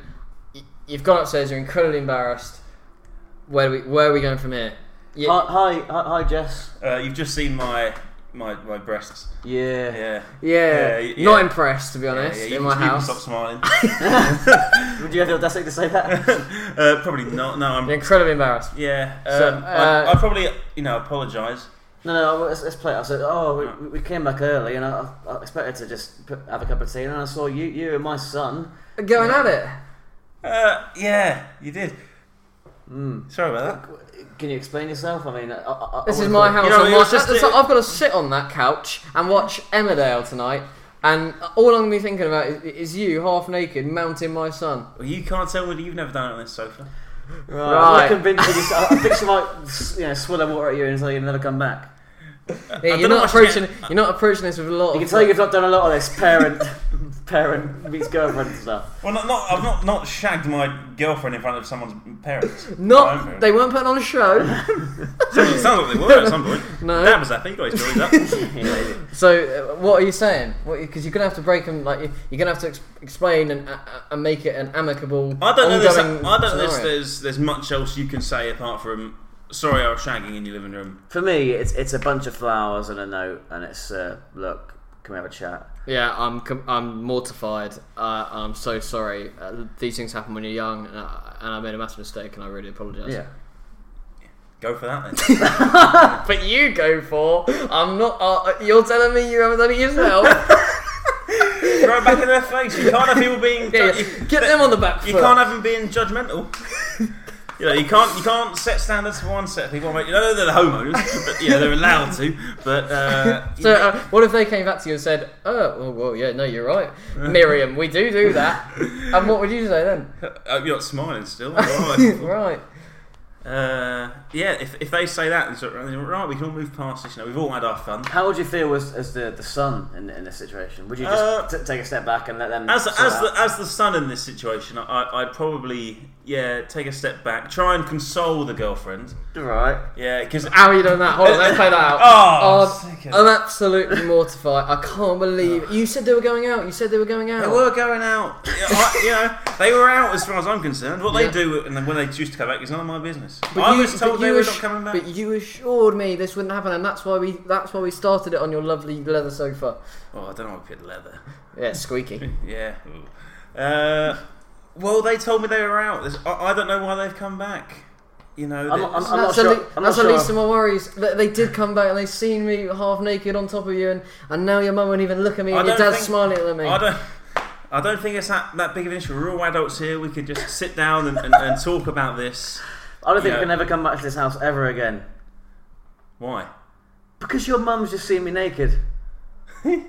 [SPEAKER 9] y- you've gone upstairs. You're incredibly embarrassed. Where do we where are we going from here? Yeah.
[SPEAKER 6] Hi, hi, hi, Jess.
[SPEAKER 2] Uh, you've just seen my my my breasts.
[SPEAKER 6] Yeah.
[SPEAKER 2] Yeah.
[SPEAKER 9] yeah,
[SPEAKER 2] yeah.
[SPEAKER 9] Not impressed, to be honest.
[SPEAKER 2] Yeah, yeah, you
[SPEAKER 9] in
[SPEAKER 2] can-
[SPEAKER 9] my
[SPEAKER 2] you can
[SPEAKER 9] house.
[SPEAKER 2] Stop smiling.
[SPEAKER 6] Would you have the audacity to say that?
[SPEAKER 2] uh, probably not. No, I'm.
[SPEAKER 9] You're incredibly embarrassed.
[SPEAKER 2] Yeah. Um,
[SPEAKER 9] So,
[SPEAKER 2] I,
[SPEAKER 9] uh,
[SPEAKER 2] I probably you know apologise.
[SPEAKER 6] No, no, well, let's, let's play it. I said, oh, we, we came back early, and I, I expected to just put, have a cup of tea, and I saw you, you and my son.
[SPEAKER 9] Going at it.
[SPEAKER 2] Uh, yeah, you did.
[SPEAKER 9] Hmm.
[SPEAKER 2] Sorry about that.
[SPEAKER 6] Can you explain yourself? I mean, I, I, I
[SPEAKER 9] This is
[SPEAKER 6] would've
[SPEAKER 9] my
[SPEAKER 6] thought-
[SPEAKER 9] house.
[SPEAKER 2] You know,
[SPEAKER 9] I'm
[SPEAKER 2] it was
[SPEAKER 9] watch-
[SPEAKER 2] just-
[SPEAKER 9] it's like I've got to sit on that couch and watch Emmerdale tonight, and all I'm going to be thinking about is, is you, half naked, mounting my son.
[SPEAKER 2] Well, you can't tell me you've never done it on this sofa.
[SPEAKER 6] Right. I'm not
[SPEAKER 9] Right.
[SPEAKER 6] convinced that you- I, I think she might, you know, swill her water at you until you never come back.
[SPEAKER 9] Yeah,
[SPEAKER 2] know
[SPEAKER 9] you're not
[SPEAKER 2] what you
[SPEAKER 9] approaching. You're not approaching this with a lot.
[SPEAKER 6] You
[SPEAKER 9] of
[SPEAKER 6] can tell you've not done a lot of this parent, parent meets girlfriend stuff.
[SPEAKER 2] Well, not, not I've not not shagged my girlfriend in front of someone's parents. My own
[SPEAKER 9] not.
[SPEAKER 2] parents.
[SPEAKER 9] They weren't putting on a show.
[SPEAKER 2] It sounds like they were at some point.
[SPEAKER 9] No.
[SPEAKER 2] Dad was happy. He got his bellies up.
[SPEAKER 9] so uh, what are you saying? Because you're going to have to break them. Like you- you're going to have to ex- explain and, uh, uh, and make it an amicable.
[SPEAKER 2] I don't know. There's, I
[SPEAKER 9] ongoing
[SPEAKER 2] don't know. There's,
[SPEAKER 9] scenario.
[SPEAKER 2] there's there's much else you can say apart from sorry, I was shagging in your living room.
[SPEAKER 6] For me, it's it's a bunch of flowers and a note, and it's uh, look, can we have a chat?
[SPEAKER 9] Yeah, I'm com- I'm mortified. Uh, I'm so sorry. Uh, these things happen when you're young, and I, and I made a massive mistake, and I really apologise.
[SPEAKER 6] Yeah.
[SPEAKER 2] Go for that then.
[SPEAKER 9] But you go for I'm not. Uh, you're telling me you haven't done it yourself.
[SPEAKER 2] Throw it back in their face. You can't have people being.
[SPEAKER 9] Yeah, yeah. Get them on the back
[SPEAKER 2] You
[SPEAKER 9] foot.
[SPEAKER 2] can't have them being judgmental. You know, you can't you can't set standards for one set of people. I mean, You know they're the homos, but you know they're allowed to. But uh,
[SPEAKER 9] So uh, what if they came back to you and said, "Oh, well, well yeah, no, you're right, Miriam. We do do that." and what would you say then?
[SPEAKER 2] oh, I hope you're not smiling still. Why?
[SPEAKER 9] Right.
[SPEAKER 2] Uh, yeah, if, if they say that, it's like, right, we can all move past this. You know, we've all had our fun.
[SPEAKER 6] How would you feel as, as the, the son in, in this situation? Would you
[SPEAKER 2] Uh,
[SPEAKER 6] just t- take a step back and let them?
[SPEAKER 2] As
[SPEAKER 6] sort
[SPEAKER 2] as
[SPEAKER 6] out?
[SPEAKER 2] the as the son in this situation, I, I I'd probably yeah take a step back, try and console the girlfriend.
[SPEAKER 6] Right.
[SPEAKER 2] Yeah, because
[SPEAKER 9] How are you doing that? Hold on, let's play that out.
[SPEAKER 2] Oh,
[SPEAKER 9] Oh, I'm absolutely mortified. I can't believe you said they were going out. You said they were going out.
[SPEAKER 2] They were going out. Yeah, I- you know, they were out as far as I'm concerned. What
[SPEAKER 9] Yeah.
[SPEAKER 2] they do and then when they choose to come back is none of my business.
[SPEAKER 9] But
[SPEAKER 2] I
[SPEAKER 9] you-
[SPEAKER 2] was
[SPEAKER 9] but
[SPEAKER 2] told they
[SPEAKER 9] you
[SPEAKER 2] were
[SPEAKER 9] ass-
[SPEAKER 2] not coming back.
[SPEAKER 9] But you assured me this wouldn't happen, and that's why we that's why we started it on your lovely leather sofa.
[SPEAKER 2] Oh, I don't know. I picked leather.
[SPEAKER 9] Yeah, it's squeaky.
[SPEAKER 2] yeah. Uh, well, they told me they were out. There's- I, I don't know why they've come back. You know,
[SPEAKER 6] I'm not- I'm-
[SPEAKER 2] there's-
[SPEAKER 6] I'm not
[SPEAKER 9] that's
[SPEAKER 6] sure-
[SPEAKER 9] at least,
[SPEAKER 6] I'm not
[SPEAKER 9] that's at
[SPEAKER 6] sure.
[SPEAKER 9] least of my worries. They, they did come back and they seen me half naked on top of you, and, and now your mum won't even look at me,
[SPEAKER 2] I
[SPEAKER 9] and your
[SPEAKER 2] don't
[SPEAKER 9] dad's
[SPEAKER 2] think-
[SPEAKER 9] smiling at me.
[SPEAKER 2] I don't. I don't think it's that, that big of an issue. We're all adults here. We could just sit down and, and, and talk about this.
[SPEAKER 6] I don't think
[SPEAKER 2] Yeah.
[SPEAKER 6] we can ever come back to this house ever again
[SPEAKER 2] Why?
[SPEAKER 6] because your mum's just seen me naked. I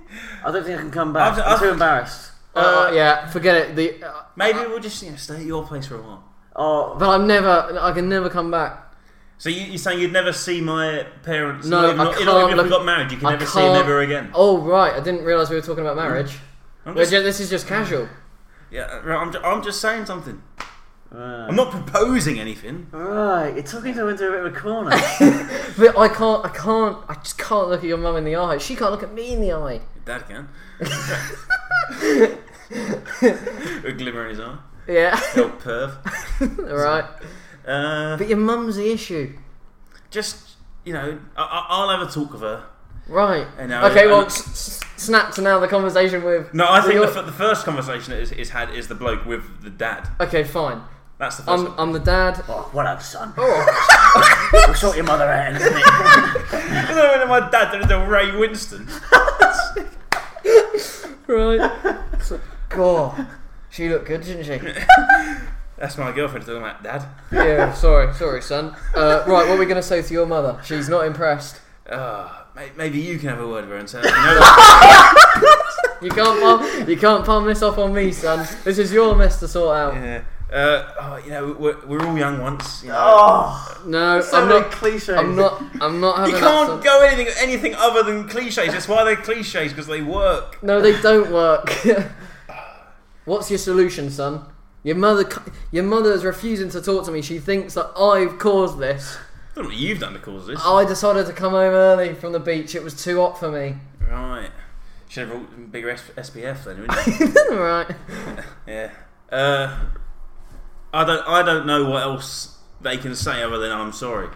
[SPEAKER 6] don't think I can come back.
[SPEAKER 2] I've-
[SPEAKER 6] I'm too
[SPEAKER 2] I've-
[SPEAKER 6] embarrassed.
[SPEAKER 9] Uh, yeah, forget it. The, uh,
[SPEAKER 2] Maybe we'll just you know, stay at your place for a while.
[SPEAKER 6] Oh,
[SPEAKER 9] but I'm never. I can never come back.
[SPEAKER 2] So you, you're saying you'd never see my parents?
[SPEAKER 9] No,
[SPEAKER 2] not even,
[SPEAKER 9] I
[SPEAKER 2] not-
[SPEAKER 9] can't.
[SPEAKER 2] not even if
[SPEAKER 9] look-
[SPEAKER 2] we got married, you can
[SPEAKER 9] I
[SPEAKER 2] never see them
[SPEAKER 9] can't-
[SPEAKER 2] ever again. Mm-hmm.
[SPEAKER 9] Oh right, I didn't realise we were talking about marriage.
[SPEAKER 2] I'm
[SPEAKER 9] We're
[SPEAKER 2] just-
[SPEAKER 9] ju- this is just casual.
[SPEAKER 2] Yeah, right, I'm, ju- I'm just saying something.
[SPEAKER 9] Uh.
[SPEAKER 2] I'm not proposing anything.
[SPEAKER 6] Right, you're talking to into a bit of a corner.
[SPEAKER 9] But I can't. I can't. I just can't look at your mum in the eye. She can't look at me in the eye.
[SPEAKER 2] Dad can. a glimmer in his eye.
[SPEAKER 9] Yeah.
[SPEAKER 2] Little perv.
[SPEAKER 9] All right.
[SPEAKER 2] Uh,
[SPEAKER 9] But your mum's the issue.
[SPEAKER 2] just you know, I- I, I'll have a talk with her.
[SPEAKER 9] Right.
[SPEAKER 2] And now-
[SPEAKER 9] okay. Well,
[SPEAKER 2] and-
[SPEAKER 9] s- s- snap to now the conversation with.
[SPEAKER 2] No, I
[SPEAKER 9] with
[SPEAKER 2] think
[SPEAKER 9] your-
[SPEAKER 2] the, f- the first conversation that is, is had is the bloke with the dad.
[SPEAKER 9] okay, fine.
[SPEAKER 2] That's the 1st
[SPEAKER 9] I'm, I'm the dad.
[SPEAKER 6] what up, son?
[SPEAKER 9] Oh.
[SPEAKER 6] I'll sort your mother out. in a minute.
[SPEAKER 2] I don't know my dad did the Ray Winston.
[SPEAKER 9] right. So, God, she looked good, didn't she?
[SPEAKER 2] That's my girlfriend talking about dad.
[SPEAKER 9] Yeah. Sorry, sorry, son. Uh, right. What are we gonna say to your mother? She's not impressed.
[SPEAKER 2] Ah, may maybe you can have a word with her and tell her. You know,
[SPEAKER 9] You can't. Palm, you can't palm this off on me, son. This is your mess to sort out.
[SPEAKER 2] yeah. uh, oh, you know, we're, we're all young once. You know.
[SPEAKER 9] No,
[SPEAKER 6] so
[SPEAKER 9] I'm
[SPEAKER 6] many
[SPEAKER 9] not.
[SPEAKER 6] cliches.
[SPEAKER 9] I'm not. I'm not having.
[SPEAKER 2] You
[SPEAKER 9] that
[SPEAKER 2] can't
[SPEAKER 9] son.
[SPEAKER 2] go anything anything other than cliches. That's why they're cliches because they work.
[SPEAKER 9] No, they don't work. What's your solution, son? Your mother, c- your mother is refusing to talk to me. She thinks that I've caused this.
[SPEAKER 2] I don't know what you've done to cause this.
[SPEAKER 9] I decided to come home early from the beach. It was too hot for me.
[SPEAKER 2] Uh-huh. Right. Should have brought a bigger S- SPF then, wouldn't you?
[SPEAKER 9] right.
[SPEAKER 2] yeah. Uh, I don't. I don't know what else they can say other than I'm sorry.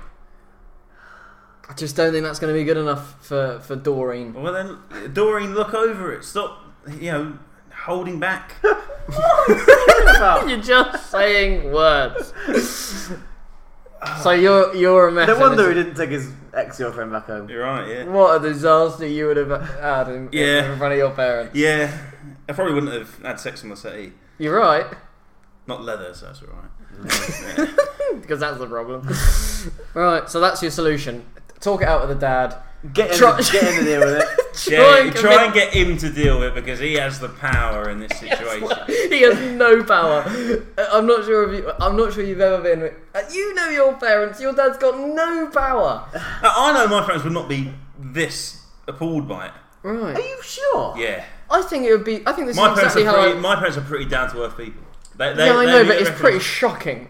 [SPEAKER 9] I just don't think that's going to be good enough for for Doreen.
[SPEAKER 2] Well then, Doreen, look over it. Stop. You know, holding back.
[SPEAKER 9] You're just saying words. so you're you're a mess.
[SPEAKER 12] No wonder he
[SPEAKER 9] isn't it?
[SPEAKER 12] didn't take his ex girlfriend back home.
[SPEAKER 2] You're right. Yeah.
[SPEAKER 9] What a disaster you would have had in,
[SPEAKER 2] Yeah.
[SPEAKER 9] in front of your parents.
[SPEAKER 2] Yeah. I probably wouldn't have had sex on the settee.
[SPEAKER 9] You're right,
[SPEAKER 2] Not leather, so that's alright.
[SPEAKER 9] because that's the problem. right, so that's your solution. Talk it out with the dad.
[SPEAKER 6] Get in,
[SPEAKER 9] Try-
[SPEAKER 6] get in there with it.
[SPEAKER 2] Yeah,
[SPEAKER 9] and
[SPEAKER 2] try and
[SPEAKER 9] convince-
[SPEAKER 2] get him to deal with it because he has the power in this situation.
[SPEAKER 9] he has no power. Uh, I'm not sure if you. I'm not sure you've ever been. uh, You know your parents. Your dad's got no power.
[SPEAKER 2] I I know my friends would not be this appalled by it.
[SPEAKER 9] Right.
[SPEAKER 6] Are you sure?
[SPEAKER 2] Yeah.
[SPEAKER 9] I think it would be. I think this
[SPEAKER 2] My
[SPEAKER 9] is
[SPEAKER 2] parents,
[SPEAKER 9] exactly
[SPEAKER 2] are
[SPEAKER 9] how.
[SPEAKER 2] pretty,
[SPEAKER 9] I,
[SPEAKER 2] my parents are pretty down to earth people. They, they,
[SPEAKER 9] yeah, I
[SPEAKER 2] they
[SPEAKER 9] know,
[SPEAKER 2] do
[SPEAKER 9] but it's
[SPEAKER 2] everything.
[SPEAKER 9] pretty shocking.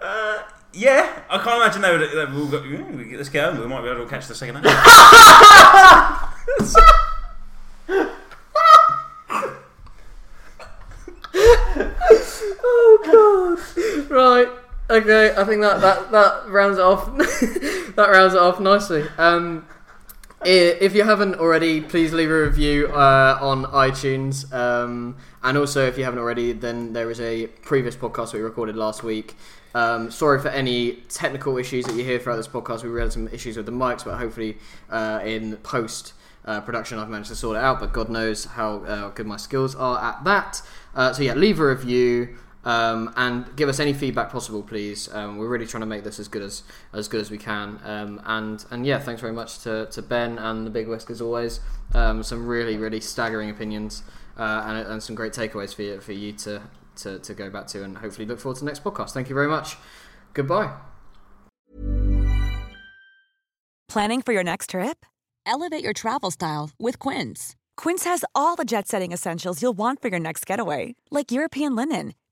[SPEAKER 2] Uh, yeah, I can't imagine they would. They've all got, "Mm, we- let's get home. We might be able to catch the second act.
[SPEAKER 9] Right. Okay. I think that that that rounds it off. that rounds it off nicely. Um. i- If you haven't already, please leave a review uh, on iTunes. Um, and also, if you haven't already, then there is a previous podcast we recorded last week. Um, sorry for any technical issues that you hear throughout this podcast. We had some issues with the mics, but hopefully, uh, in post uh, production, I've managed to sort it out. But God knows how uh, good my skills are at that. Uh, so yeah, leave a review um, and give us any feedback possible, please. Um, we're really trying to make this as good as as good as we can. Um, and and yeah, thanks very much to, to Ben and the Big Whisk as always. Um, some really really staggering opinions uh, and, and some great takeaways for you, for you to, to to go back to and hopefully look forward to the next podcast. Thank you very much. Goodbye.
[SPEAKER 7] Planning for your next trip?
[SPEAKER 13] Elevate your travel style with Quince.
[SPEAKER 7] Quince has all the jet setting essentials you'll want for your next getaway, like European linen,